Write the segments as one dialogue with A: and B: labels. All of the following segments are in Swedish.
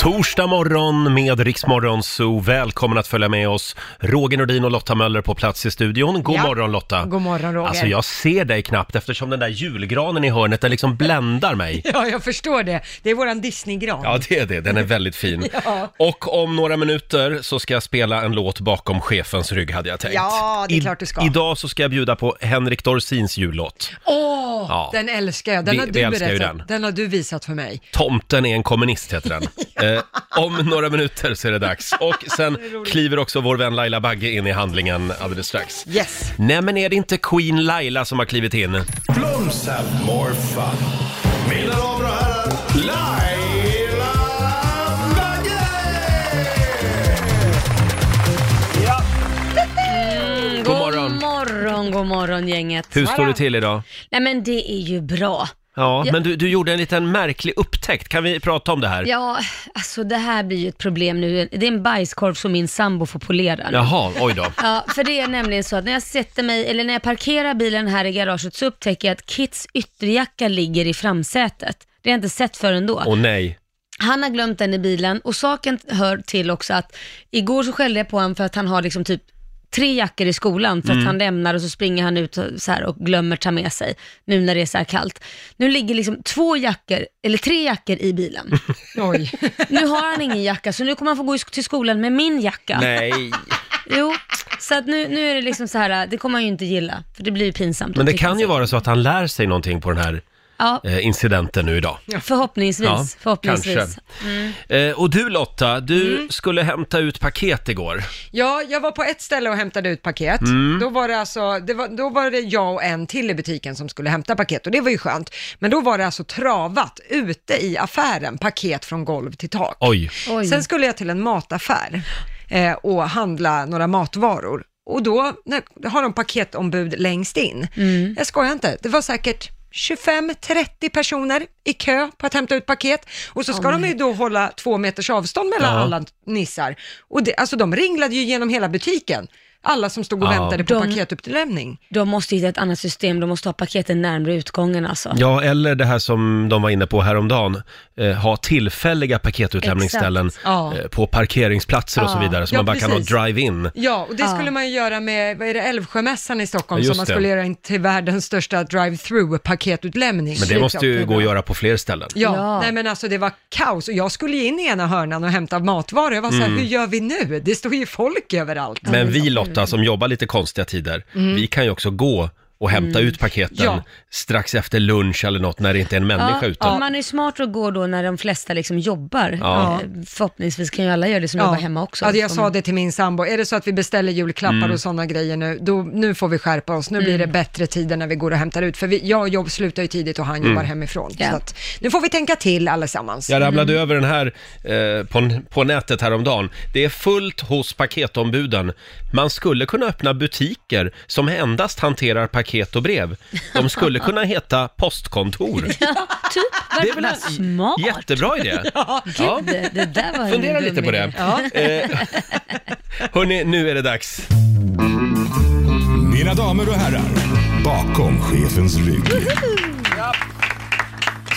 A: Torsdag morgon med Riksmorgon Zoo. Välkommen att följa med oss. Roger Nordin och Lotta Möller på plats i studion. God
B: Ja.
A: morgon Lotta!
B: God morgon Roger.
A: Alltså jag ser dig knappt eftersom den där julgranen i hörnet, den liksom bländar mig.
B: Ja, jag förstår det. Det är våran Disneygran.
A: Ja, det är det. Den är väldigt fin.
B: Ja.
A: Och om några minuter så ska jag spela en låt bakom chefens rygg, hade jag tänkt.
B: Ja, det är klart du ska.
A: Idag så ska jag bjuda på Henrik Dorsins jullåt.
B: Åh,
A: Ja.
B: den älskar jag. Den
A: Vi-
B: har du
A: vi älskar ju
B: berättat.
A: den.
B: har du visat för mig.
A: Tomten är en kommunist heter den. eh, om några minuter så är det dags. Och sen kliver också vår vän Laila Bagge in i handlingen alldeles strax.
B: Yes.
A: Nej men är det inte Queen Laila som har klivit in?
C: Blondes have more fun. Mina damer och herrar, Laila Bagge! Ja,
D: God,
A: morgon.
D: morgon, god morgon gänget.
A: Hur står det till idag?
D: Nej men det är ju bra.
A: Ja,
D: Ja.
A: men du, du gjorde en liten märklig upptäckt. Kan vi prata om det här?
D: Ja, alltså det här blir ju ett problem nu. Det är en bajskorv som min sambo får polera. nu.
A: Jaha, oj då.
D: Ja, för det är nämligen så att när jag sätter mig, eller när jag parkerar bilen här i garaget så upptäcker jag att Kits ytterjacka ligger i framsätet. Det har jag inte sett förrän då.
A: Åh nej.
D: Han har glömt den i bilen och saken hör till också att igår så skällde jag på honom för att han har liksom typ tre jackor i skolan för
A: Mm.
D: att han lämnar och så springer han ut och så här och glömmer ta med sig nu när det är så här kallt. Nu ligger liksom två jackor, eller tre jackor i bilen.
B: Oj.
D: Nu har han ingen jacka så nu kommer han få gå i sk- till skolan med min jacka.
A: Nej.
D: Jo, så att nu, nu är det liksom så här, det kommer han ju inte gilla för det blir ju pinsamt.
A: Men
D: att
A: det
D: tycka
A: kan ju
D: så.
A: vara så att han lär sig någonting på den här
D: Ja,
A: eh, incidenten nu idag.
D: förhoppningsvis. förhoppningsvis. Mm.
A: kanske. Eh, och du Lotta, du skulle hämta ut paket igår.
B: Ja, jag var på ett ställe och hämtade ut paket.
A: Mm.
B: Då, var det alltså, det var, då var det jag och en till i butiken som skulle hämta paket och det var ju skönt. Men då var det alltså travat ute i affären, paket från golv till tak.
A: Oj.
D: Oj.
B: Sen skulle jag till en mataffär eh, och handla några matvaror. Och då när, har de paketombud längst in. Jag skojar inte, det var säkert 25-30 personer i kö på att hämta ut paket. Och så ska de ju då hålla två meters avstånd mellan
A: Ja.
B: alla nissar. Och det, alltså de ringlade ju genom hela butiken. Alla som stod och
A: Ja.
B: väntade på
D: De-
B: paketutlämning.
D: De måste hitta ett annat system, de måste ha paketen närmare utgången alltså.
A: Ja, eller det här som de var inne på häromdagen, eh, ha tillfälliga paketutlämningsställen
D: Exakt, ja.
A: eh, på parkeringsplatser och så
D: Ja.
A: vidare, så
B: Ja,
A: man bara
B: precis.
A: kan ha drive-in.
B: Ja, och det skulle man ju göra med, vad är det, Älvsjömässan i Stockholm
A: Ja, just
B: som man
A: det.
B: skulle göra in till världens största drive-through paketutlämning.
A: Men det måste ju gå att göra på fler ställen.
B: Ja,
D: Ja.
B: nej men alltså det var kaos och jag skulle ju in i ena hörnan och hämta matvaror. Jag var så här, hur gör vi nu? Det står ju folk överallt.
A: Men vi Lotta, som jobbar lite konstiga tider,
D: Mm.
A: vi kan ju också gå och hämta ut paketen
B: Ja.
A: strax efter lunch eller något när det inte är en människa
D: Ja,
A: ute.
D: Man är smart och går då när de flesta liksom jobbar.
A: Ja.
D: Eh, Förhoppningsvis kan ju alla göra det som jobbar hemma också.
B: Ja, det jag
D: Som-
B: sa det till min sambo, är det så att vi beställer julklappar och sådana grejer nu, då, nu får vi skärpa oss, nu
D: Mm.
B: blir det bättre tider när vi går och hämtar ut, för vi, jag jobb, slutar ju tidigt och han jobbar hemifrån.
D: Ja.
B: Så att, nu får vi tänka till allesammans.
A: Jag ramlade över den här eh, på, på nätet häromdagen. Det är fullt hos paketombuden. Man skulle kunna öppna butiker som endast hanterar paket och brev. De skulle kunna heta postkontor.
D: Typ,
A: Det är väl
D: vad
A: en
D: smart.
A: jättebra idé? Ja.
D: Det, det där var en
A: Fundera
D: dum
A: lite på
D: idé.
A: det. Eh, hörni, nu är det dags.
C: Mina damer och herrar, bakom chefens rygg.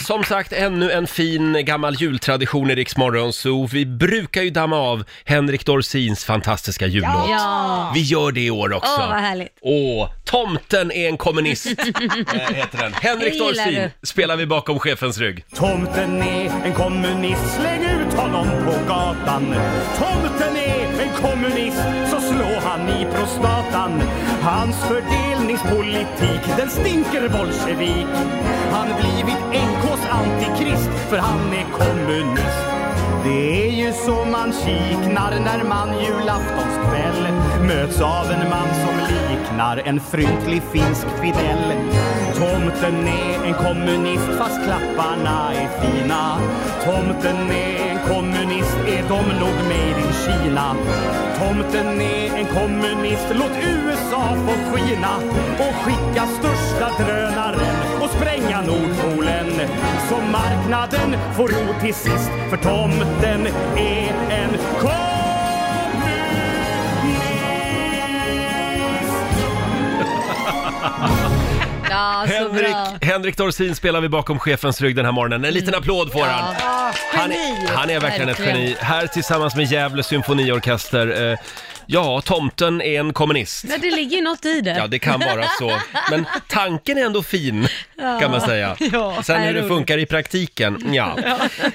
A: Som sagt, ännu en fin gammal jultradition i Rix Morgon Zoo. Vi brukar ju damma av Henrik Dorsins fantastiska jullåt.
D: Ja,
A: Vi gör det i år också.
D: Åh, vad härligt.
A: Åh, Tomten är en kommunist, eh, heter den. Henrik
D: Det gillar
A: Dorsin spelar vi bakom chefens rygg.
E: Tomten är en kommunist, släng ut honom på gatan. Tomten är en kommunist, så slå han i prostatan. Hans fördelningspolitik, den stinker bolsjevik. Han blivit NKs antikrist, för han är kommunist. Det är ju så man kiknar när man julaftonskväll möts av en man som liknar en fryntlig finsk Fidel. Tomten är en kommunist fast klapparna är fina. Tomten är en kommunist, är de nog made in Kina. Tomten är en kommunist, låt USA få skina och skicka största drönaren och spränga Nordpolen. Så marknaden får ro till sist, för tomten är en kommunist.
D: Ja, så Alltså, bra.
A: Henrik, Henrik Dorsin spelar vi bakom chefens rygg den här morgonen. En
D: Mm.
A: liten applåd får han.
B: Ah,
A: Han
B: geni.
A: är, han är verkligen ett
D: Verkligen.
A: geni. Här tillsammans med Gävle symfoniorkester. Eh, ja, tomten är en kommunist.
D: Men det ligger ju något i det.
A: Ja, det kan vara så. Men tanken är ändå fin, kan man säga.
D: Ja.
A: Sen
D: Nej,
A: hur det
D: roligt.
A: funkar i praktiken, ja.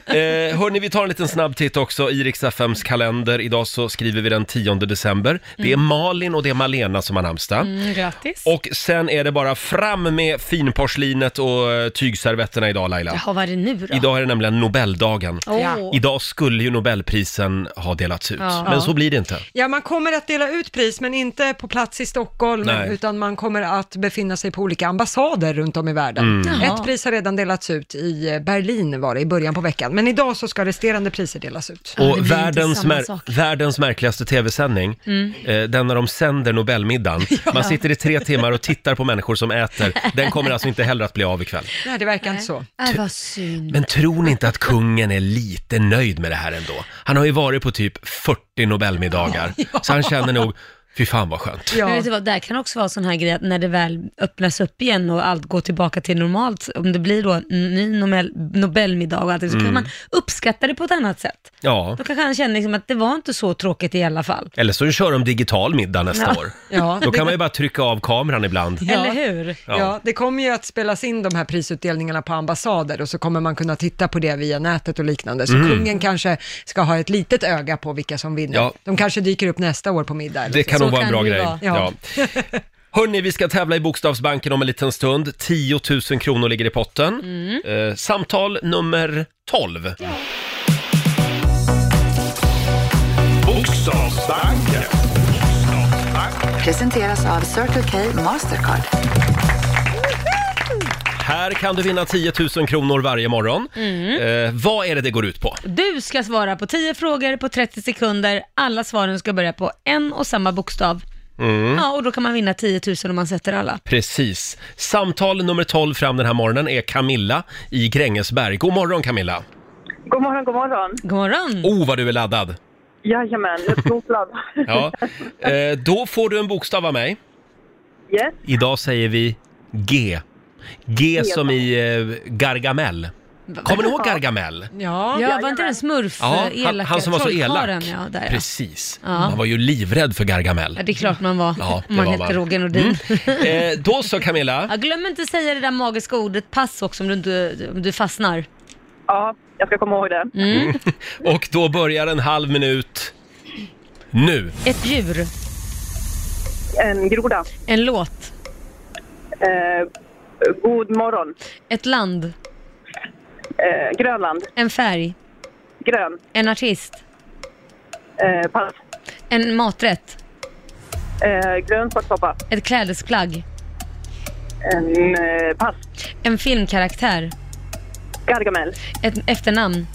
A: Eh, hörni, vi tar en liten snabb titt också i Rix FMs kalender. Idag så skriver vi den 10 december. Det är Malin och det är Malena som har namnsdag.
D: Mm, grattis.
A: Och sen är det bara fram med finporslinet och eh, tygservetterna idag Laila.
D: Jaha, vad är det nu då?
A: Idag är det nämligen Nobeldagen.
D: Åh.
A: Idag skulle ju Nobelprisen ha delats ut,
D: Ja.
A: men så blir det inte.
B: Ja, man kommer att dela ut pris, men inte på plats i Stockholm,
A: Nej.
B: utan man kommer att befinna sig på olika ambassader runt om i världen.
A: Mm.
D: Jaha.
B: Ett pris har redan delats ut i eh, Berlin var det i början på veckan, men idag så ska resterande priser delas ut.
D: det blir
A: Och
D: inte
A: världens,
D: samma
A: mär-
D: sak. Mm.
A: världens märkligaste tv-sändning, eh, den när de sänder Nobelmiddagen. Man sitter i tre timmar och tittar på människor som äter. Den kommer alltså inte heller att bli av ikväll.
B: Nej, det verkar inte så.
D: Äh, vad synd.
A: Men tror ni inte att kungen är lite nöjd med det här ändå? Han har ju varit på typ 40 Nobelmiddagar, så han känner nog, fy fan vad skönt.
D: Men
B: Ja.
D: vet du vad, där kan också vara sån här grej att när det väl öppnas upp igen och allt går tillbaka till normalt, om det blir då en ny Nobel, Nobelmiddag och allt det, så
A: Mm.
D: kan man uppskatta det på ett annat sätt.
A: Ja,
D: Då kanske han känner liksom att det var inte så tråkigt i alla fall.
A: eller så kör de digital middag nästa
D: Ja.
A: år.
B: Ja,
A: Då kan man ju bara trycka av kameran ibland.
B: Ja.
D: Eller hur?
A: Ja.
B: Ja. det kommer ju att spelas in de här prisutdelningarna på ambassader och så kommer man kunna titta på det via nätet och liknande.
A: Mm.
B: Så kungen kanske ska ha ett litet öga på vilka som vinner.
A: Ja.
B: De kanske dyker upp nästa år på middag. eller
A: Det
B: så.
A: kan
D: Så
A: nog vara en
D: kan
A: bra
D: det
A: grej.
D: vara.
A: Ja.
B: Ja.
A: Hörni, vi ska tävla i Bokstavsbanken om en liten stund. 10 000 kronor ligger i potten. Eh, samtal nummer 12.
C: Bokstavsbanken.
F: Presenteras av Circle K Mastercard.
A: Här kan du vinna 10 000 kronor varje morgon. Eh, vad är det det går ut på?
D: Du ska svara på 10 frågor på 30 sekunder. Alla svaren ska börja på en och samma bokstav.
A: Mm.
D: Ja, och då kan man vinna 10 000 om man sätter alla.
A: Precis. Samtal nummer 12 fram den här morgonen är Camilla i Grängesberg. God morgon Camilla!
G: God morgon, god morgon.
D: God morgon!
A: Oh, vad du är laddad!
G: Jajamän, jag är skoplad.
A: Ja. Eh, då får du en bokstav av mig.
G: Yes,
A: Idag säger vi G. G som i eh, Gargamel. Kommer ni ihåg Gargamel?
B: Ja.
D: Ja, var inte den smurf eh,
A: han,
D: elaka
A: han som var så elak.
D: trollkarlen? Ja, där, ja.
A: Precis. Man var ju livrädd för
D: ja,
A: Gargamel.
D: det är klart man var.
A: Ja, det
D: man
A: var
D: hette
A: man.
D: Roger Nordin.
A: Eh, då så Camilla,
D: Ja, glöm inte säga det där magiska ordet pass också om du, inte- om du fastnar.
G: ja, jag ska komma ihåg det.
A: Mm. och då börjar en halv minut nu.
D: Ett djur,
G: En groda.
D: en låt,
G: Eh, god morgon.
D: ett land,
G: Eh, Grönland.
D: en färg,
G: Grön.
D: en artist,
G: Eh, pass.
D: en maträtt,
G: Eh, grön svartsoppa.
D: ett klädesplagg,
G: En, eh, pass.
D: en filmkaraktär,
G: Gargamel.
D: ett efternamn,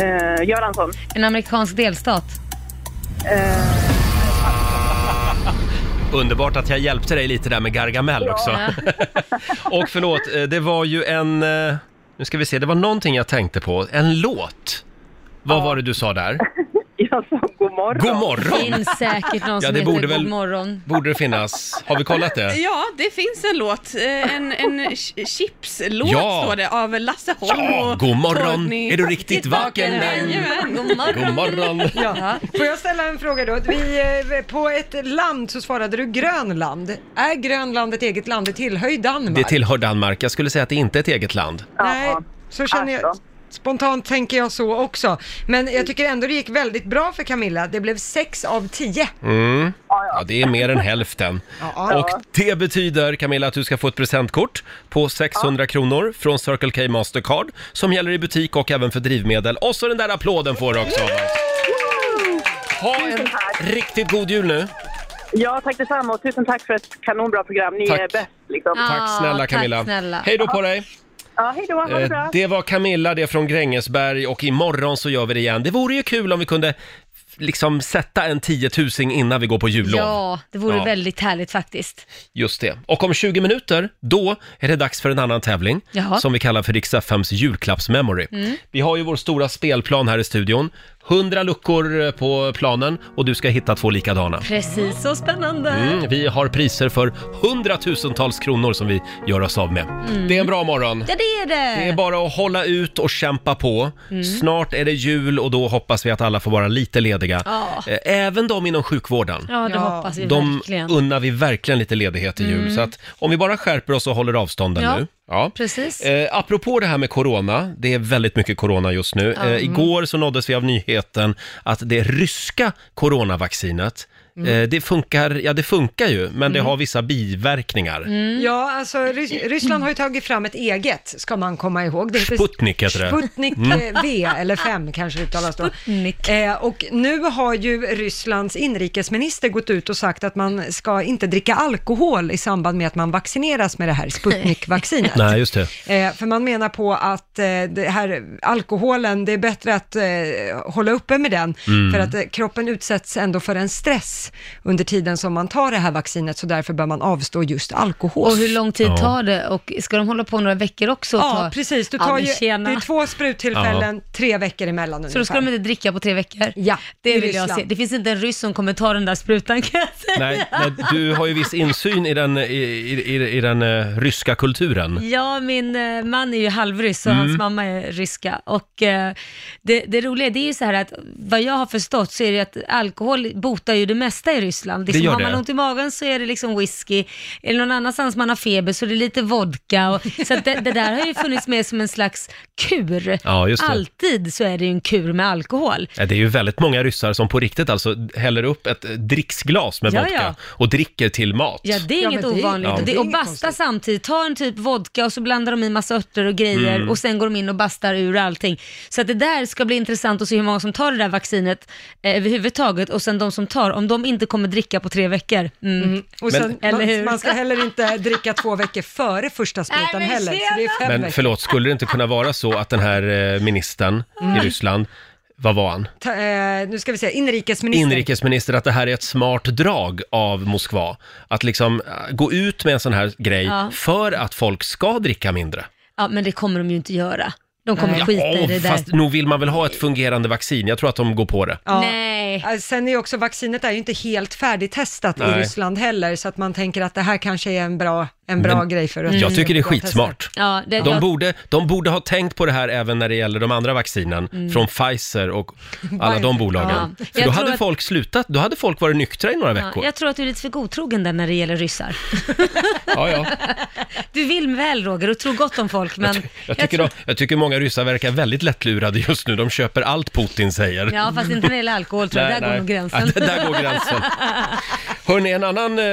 G: Eh, Göransson.
D: en amerikansk delstat.
A: Underbart att jag hjälpte dig lite där med Gargamel också. och förlåt, eh, det var ju en... eh, Nu ska vi se, det var någonting jag tänkte på. En låt. Vad var det du sa där?
G: Jag sa god morgon.
A: God morgon!
D: finns säkert någon
A: Ja,
D: som
A: det
D: heter
A: borde
D: God
A: väl-
D: morgon.
A: Borde det finnas. Har vi kollat det?
H: Ja, det finns en låt. Eh, En, en ch- chipslåt
A: Ja.
H: står det av Lasse Holm
A: Ja,
H: och
A: god morgon!
H: Torgny.
A: Är du riktigt vaken? men?
D: God morgon.
A: God morgon!
D: Ja.
B: Får jag ställa en fråga då? Vi, eh, på ett land så svarade du Grönland. Är Grönland ett eget land? Det tillhör ju Danmark.
A: Det tillhör Danmark. Jag skulle säga att det inte är ett eget land.
B: Nej,
G: Ja.
B: så känner jag.
G: Alltså.
B: Spontant tänker jag så också. Men jag tycker ändå det gick väldigt bra för Camilla. Det blev 6 av 10.
A: Ja, det är mer än hälften.
B: Ja.
A: Mm. Och det betyder, Camilla, att du ska få ett presentkort på 600 kronor från Circle K Mastercard som gäller i butik och även för drivmedel. Och så den där applåden får du också av oss. Ha en riktigt god jul nu.
G: Ja, tack detsamma och tusen tack för ett kanonbra program. Ni
A: Tack.
G: är bäst liksom.
D: Ja.
A: Tack snälla
D: tack
A: Camilla.
D: snälla.
A: Hej då på dig.
G: Ja, hej då. Ha det
A: Eh,
G: bra.
A: Det var Camilla, det är från Grängesberg och imorgon så gör vi det igen. Det vore ju kul om vi kunde liksom sätta en tiotusing innan vi går på jullov.
D: ja, det vore
A: Ja.
D: väldigt härligt faktiskt.
A: Just det. Och om 20 minuter, då är det dags för en annan tävling
D: Jaha. Mm.
A: som vi kallar för Rix FMs julklappsmemory. Vi har ju vår stora spelplan här i studion. 100 luckor eh, på planen och du ska hitta två likadana.
D: Precis, så spännande.
A: Mm, vi har priser för hundratusentals kronor som vi gör oss av med. Det är en bra morgon.
D: Ja, Mm. det är det.
A: Det är bara att hålla ut och kämpa på.
D: Mm.
A: Snart är det jul och då hoppas vi att alla får vara lite lediga.
D: Ja.
A: Eh, Även de inom sjukvården.
D: Ja, det
B: Ja.
D: hoppas vi
A: De
D: verkligen. Mm.
A: unnar vi verkligen lite ledighet i jul. Så att om vi bara skärper oss och håller avstånden
D: Ja,
A: nu. Ja.
D: precis.
A: Eh, apropå det här med corona, det är väldigt mycket corona just nu. Eh, igår så nåddes vi av nyheten att det ryska coronavaccinet,
D: Mm.
A: eh, det funkar, ja det funkar ju, men det har vissa biverkningar.
D: Mm.
B: Ja, alltså
A: Mm.
B: Rys- Ryssland har ju tagit fram ett eget, ska man komma ihåg. Det heter
A: Sputnik heter det. Mm.
B: Sputnik eh, V, eller 5 kanske det uttalas då.
D: Sputnik.
B: Eh, och nu har ju Rysslands inrikesminister gått ut och sagt att man ska inte dricka alkohol i samband med att man vaccineras med det här Sputnik-vaccinet.
A: Nej, just det.
B: Eh, för man menar på att eh, det här alkoholen, det är bättre att eh, hålla uppe med den,
A: Mm.
B: för att eh, kroppen utsätts ändå för en stress under tiden som man tar det här vaccinet, så därför bör man avstå just alkohol.
D: Och hur lång tid
A: Ja.
D: tar det? Och ska de hålla på några veckor också? och
B: Ja,
D: ta-
B: precis. Du
D: Ja,
B: tar
D: men
B: ju, det
D: tjena.
B: är två spruttillfällen, tre veckor emellan ungefär.
D: Så då ska de inte dricka på tre veckor?
B: Ja,
D: Det
B: i
D: vill jag
B: Ryssland.
D: se. Det finns inte en ryss som kommer ta den där sprutan kan jag säga.
A: Nej, nej, du har ju viss insyn i den, i, i, i, i den eh, ryska kulturen.
D: Ja, min eh, man är ju halvryss och
A: Mm.
D: hans mamma är ryska. Och eh, det, det roliga det är ju så här att vad jag har förstått så är det att alkohol botar ju det mesta i Ryssland. Liksom,
A: gör
D: har
A: det.
D: man ont i magen så är det liksom whisky, eller någon annanstans man har feber så är det lite vodka. Och, så att det, det där har ju funnits med som en slags kur.
A: Ja, just det.
D: Alltid så är det ju en kur med alkohol.
A: Ja, Det är ju väldigt många ryssar som på riktigt alltså häller upp ett eh, dricksglas med
D: Ja,
A: vodka
D: ja.
A: och dricker till mat.
D: Ja, det är
B: Ja,
D: inget
B: men det-
D: ovanligt.
B: ja.
D: Och,
B: det
D: det,
B: är
D: och
B: inget
D: basta
B: konstigt.
D: samtidigt. Ta en typ vodka och så blandar de i massa örter och grejer
A: Mm.
D: och sen går de in och bastar ur allting. Så att det där ska bli intressant att se hur många som tar det där vaccinet eh, överhuvudtaget och sen de som tar, om de inte kommer dricka på tre veckor. Mm.
B: Och
A: Men-
B: sen,
D: Eller hur?
B: man, man ska heller inte dricka två veckor före första sprutan
D: Nej, men
B: heller, så det är fem
A: Men
B: veckor.
A: förlåt, skulle det inte kunna vara så att den här eh, ministern
D: Mm.
A: i Ryssland, vad var han?
B: Ta, eh, nu ska vi se, inrikesminister.
A: Inrikesminister, att det här är ett smart drag av Moskva. Att liksom eh, gå ut med en sån här grej
D: Ja.
A: för att folk ska dricka mindre.
D: Ja, men det kommer de ju inte göra. De kommer skita i det där.
A: fast nog vill man väl ha ett fungerande vaccin. Jag tror att de går på det.
B: Ja.
D: Nej.
B: Eh, Sen är ju också vaccinet är ju inte helt färdigtestat
A: Nej.
B: i Ryssland heller, så att man tänker att det här kanske är en bra, en bra
A: Men
B: grej för att
A: Jag tycker det är
B: att testa.
A: skitsmart.
D: Ja, det,
A: De
D: jag-
A: borde, de borde ha tänkt på det här även när det gäller de andra vaccinen från Pfizer och alla de bolagen.
D: Mm. Ja.
A: För
D: Jag
A: då
D: tror
A: hade
D: att-
A: folk slutat, då hade folk varit nyktra i några
D: ja,
A: veckor.
D: jag tror att du är lite för godtrogen där när det gäller ryssar.
A: Ja, ja.
D: Du vill väl Roger och tror gott om folk, men...
A: Jag, tycker de, jag tycker många ryssar verkar väldigt lättlurade just nu. De köper allt Putin säger.
D: Ja, fast inte när det gäller alkohol tror jag.
A: Nej,
D: där går
A: nej.
D: nog gränsen.
A: Ja, det där går gränsen. Hörrni, en annan eh,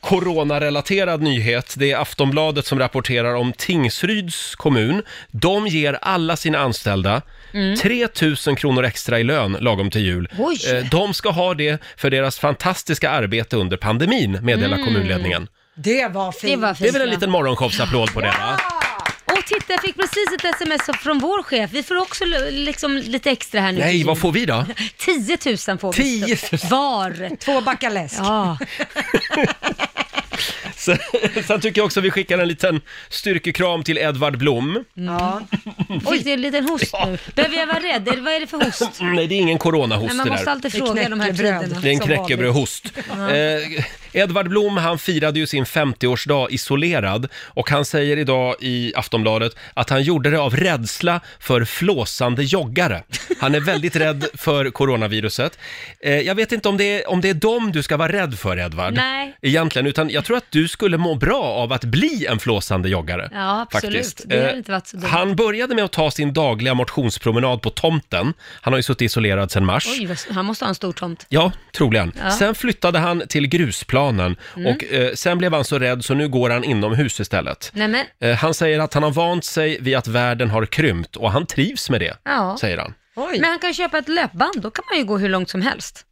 A: coronarelaterad nyhet. Det är Aftonbladet som rapporterar om Tingsryds kommun. De ger alla sina anställda 3 000 kronor extra i lön lagom till jul.
D: Mm. Oj.
A: Eh, De ska ha det för deras fantastiska arbete under pandemin, meddelar
D: Mm.
A: kommunledningen.
B: Det var fint.
D: Det var
A: Det är väl en
D: fint, ja.
A: liten morgonshowsapplåd på det, va?
D: Och titta, jag fick precis ett sms från vår chef. Vi får också l- liksom lite extra här nu.
A: Nej, vad får vi då?
D: 10 000 får vi.
A: 10 000.
D: Var.
B: Två backar läsk.
D: Ja,
A: Sen, sen tycker jag också vi skickar en liten styrkekram till Edvard
D: Mm.
A: Blom.
B: Ja.
D: fick du en liten host nu? Behöver jag vara rädd? Eller Vad är det för host?
A: Nej, det är ingen coronahost
D: Nej,
A: det
D: man
A: där.
D: måste alltid
B: Det är
D: fråga i de här
B: knäckebröd.
D: tiderna.
A: Det är en
D: som vanligt.
A: knäckebrödhost. Eh, Edvard Blom, han firade ju sin 50-årsdag isolerad och han säger idag i Aftonbladet att han gjorde det av rädsla för flåsande joggare. Han är väldigt rädd för coronaviruset. Eh, jag vet inte om det, är, om det är dem du ska vara rädd för, Edvard.
D: Nej.
A: Egentligen, utan jag tror att du skulle må bra av att bli en flåsande joggare.
D: Ja, absolut.
A: Faktiskt.
D: Det hade
A: Eh,
D: inte varit så dumt.
A: Han började med att ta sin dagliga motionspromenad på tomten. Han har ju suttit isolerad sedan mars.
D: Oj, vad- han måste ha en stor tomt.
A: Ja, troligen.
D: Ja. Mm.
A: Sen flyttade han till grusplanen och eh, sen blev han så rädd så nu går han inomhus istället.
D: Nej men,
A: Eh, han säger att han har vant sig vid att världen har krympt och han trivs med det,
D: Ja.
A: säger han.
B: Oj.
D: men han kan ju köpa ett löpband, då kan man ju gå hur långt som helst.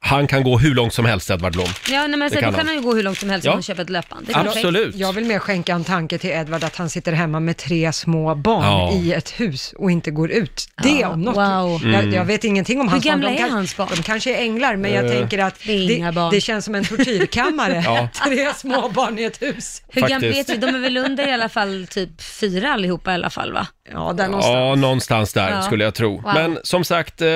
A: Han kan gå hur långt som helst, Edvard Blom.
D: Ja, nej, men så,
A: kan
D: då kan
A: han.
D: han ju gå hur långt som helst
A: Ja.
D: om han köper ett löpband. Det är perfekt.
A: Absolut.
B: Jag vill mer skänka en tanke till Edvard att han sitter hemma med tre små barn
A: Ja.
B: i ett hus och inte går ut. Det
D: Ja,
B: om något.
D: wow.
B: Jag,
A: Mm.
B: jag vet ingenting om hans barn.
D: gamla
B: de
D: är
B: kan-
D: hans barn?
B: De kanske är änglar, men jag tänker att
D: Det är inga barn.
B: det känns som en tortyrkammare.
A: Eh, Ja.
B: Tre små barn i ett hus.
D: Hur gamla
A: Faktiskt.
D: vet vi? De är väl under i alla fall typ fyra allihopa i alla fall va?
B: Ja, där någonstans.
A: Ja, någonstans där
D: Ja.
A: skulle jag tro.
D: Wow.
A: Men som sagt, eh,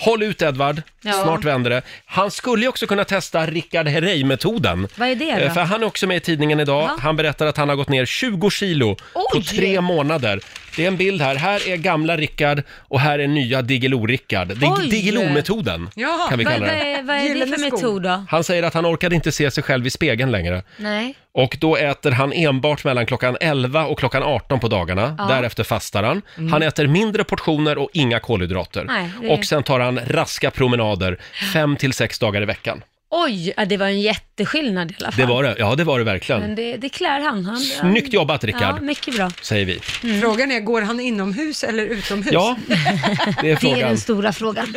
A: Håll ut Edvard,
D: Ja.
A: snart vänder det. Han skulle ju också kunna testa Rickard Herrey-metoden.
D: Vad är det då?
A: Eh, För han är också med i tidningen idag.
D: Ja.
A: Han berättar att han har gått ner 20 kilo på
D: Oj!
A: tre månader. Det är en bild här. Här är gamla Rickard och här är nya Diggiloo-Rickard. Dig-
D: Oj!
A: Diggiloo-metoden
B: Jaha,
A: kan vi
D: Vad,
A: kalla
D: vad,
A: det.
D: är, vad är det
B: Gyllene
D: för
B: skon.
D: metod då?
A: Han säger att han orkade inte se sig själv i spegeln längre.
D: Nej.
A: Och då äter han enbart mellan klockan 11 och klockan 18 på dagarna. Därefter fastar han. Han äter mindre portioner och inga kolhydrater.
D: Mm. Nej, det är-
A: Och sen tar han raska promenader fem till sex dagar i veckan.
D: Oj, ja, det var en jätteskillnad i alla fall.
A: Det var det. Ja, det var det
D: Men
A: verkligen.
D: det, det klär han. han
A: Snyggt jobbat, Rickard.
D: Ja, mycket bra.
A: Säger vi.
D: Mm.
B: Frågan är, går han inomhus eller utomhus?
A: Ja, det är
D: Det är
A: frågan.
D: den stora frågan.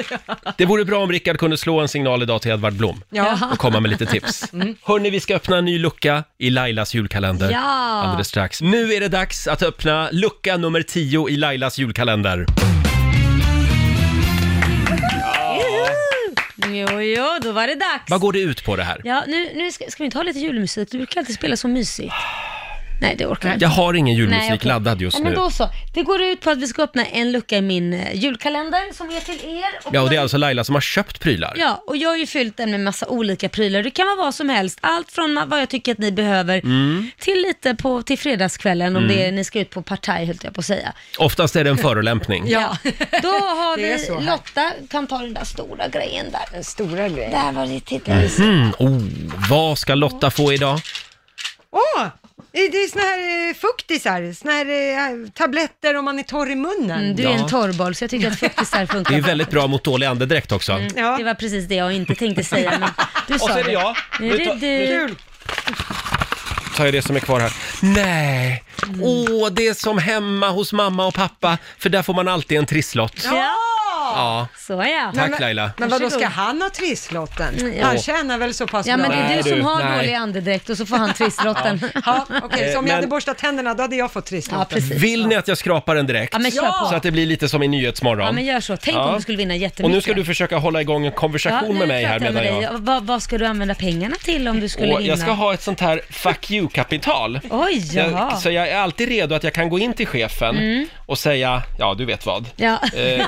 A: Det vore bra om Rickard kunde slå en signal idag till Edvard Blom
B: Ja.
A: och komma med lite tips.
D: Mm.
A: Hörni, vi ska öppna en ny lucka i Lailas julkalender
D: Ja.
A: alldeles strax. Nu är det dags att öppna lucka nummer 10 i Lailas julkalender.
D: Jo, jo, då var det dags.
A: Vad går det ut på det här?
D: Ja, nu, nu ska, ska vi inte ha lite julmusik? Du brukar alltid spela så mysigt. Nej, det orkar jag inte.
A: Jag har ingen julmusik
D: Nej, okej.
A: laddad just
D: ja,
A: nu.
D: men då så. Det går ut på att vi ska öppna en lucka i min eh, julkalender som är till er.
A: Ja, och det är alltså Laila som har köpt prylar.
D: Ja, och jag har ju fyllt den med massa olika prylar. Det kan vara vad som helst. Allt från vad jag tycker att ni behöver
A: Mm.
D: till lite på, till fredagskvällen om det är, ni ska ut på partaj, höll jag på att säga.
A: Oftast är det en förolämpning.
B: Ja.
D: Då har
B: Det är
D: vi
B: så här.
D: Lotta, kan ta den där stora grejen där.
B: Den stora grejen.
D: Där var det, titta.
A: Mm, oh, vad ska Lotta få idag?
B: Åh! Det det är såna här eh, fuktisar, såna här eh, tabletter om man är torr i munnen.
D: Du är
A: Ja.
D: en torrboll, så jag tyckte att fuktisar funkar.
A: Det är väldigt bra mot dålig andedräkt också.
B: Ja.
D: Det var precis det jag inte tänkte säga, men du sa
A: Och så är det jag.
D: Nu är
A: Nu tar-
D: det du.
B: Kul!
A: tar jag det som är kvar här. Nej!
D: Mm.
A: Åh, det är som hemma hos mamma och pappa, för där får man alltid en trisslott.
D: Ja,
A: Ja,
D: så ja.
A: tack Laila.
B: Ah! Men vadå,
D: Varsågod. Mm,
B: ska han ha trisslotten?
D: ja.
B: Han tjänar väl så pass
D: Ja,
B: bra?
D: men det är
A: Nej,
D: du
A: du,
D: som har
A: nej.
D: dålig andedräkt och så får han trisslotten.
B: Ja, okej, så om jag
A: Eh,
B: hade
A: men-
B: borstat tänderna då hade jag fått
D: Ja,
B: trisslotten.
D: precis.
A: Vill ni att jag skrapar den direkt?
D: Ja, men kör på.
A: Så att det blir lite som i Nyhetsmorgon.
D: Ja, men gör så. Tänk
A: Ja.
D: om du skulle vinna jättemycket.
A: och nu ska du försöka hålla igång en
D: Ja,
A: konversation
D: nu
A: med mig här
D: pratar jag
A: medan
D: med dig.
A: jag...
D: Vad, vad ska du använda pengarna till om du skulle
A: Och
D: vinna?
A: jag ska ha ett sånt här fuck you-kapital.
D: Oj,
A: Jag,
D: jaha. Mm.
A: så jag är alltid redo att jag kan gå in till chefen och säga, ja du vet vad.
D: Ja.
A: Eh,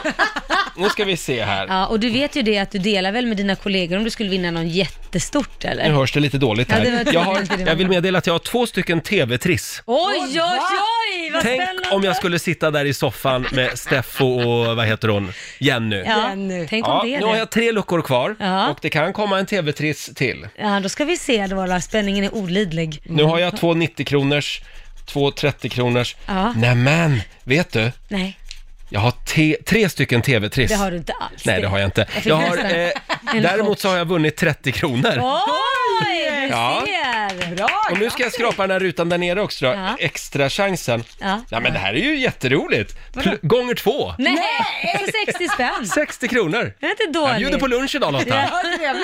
A: nu ska vi se här.
D: ja, och du vet ju det att du delar väl med dina kollegor om du skulle vinna någon jättestort eller?
A: Nu hörs det lite dåligt
D: Ja, det
A: här.
D: var
A: jag, har,
D: tydligt.
A: jag vill meddela att jag har två stycken TV-triss.
D: Oj, oj, oj, vad
A: Tänk
D: spännande!
A: om jag skulle sitta där i soffan med Steffo och vad heter hon, Jenny. Ja.
D: Ja,
B: Jenny.
D: tänk om det är
A: nu har
D: det.
A: jag tre luckor kvar
D: Ja.
A: och det kan komma en tv-triss till.
D: Ja, då ska vi se då, va? spänningen är olidlig.
A: Nu har jag två 90-kronors, två 30-kronors.
D: Ja.
A: Nämen, vet du?
D: Nej,
A: Jag har te- tre stycken tv-triss.
D: det har du inte alls.
A: Nej, det har jag inte.
D: fick
A: Jag har,
D: nästan
A: eh,
D: en
A: däremot så har jag vunnit 30 kronor.
D: Oj, du
A: Ja.
D: ser!
A: Och nu ska jag skrapa den här rutan där nere också då.
D: Ja.
A: Extra chansen.
D: Ja.
A: Nej men det här är ju jätteroligt. Pl- gånger två.
D: Nej, för 60 spänn!
A: 60 kronor.
D: Det är inte
A: Jag bjuder
D: dåligt.
A: på lunch idag Lotta.
D: Ja.
B: Jag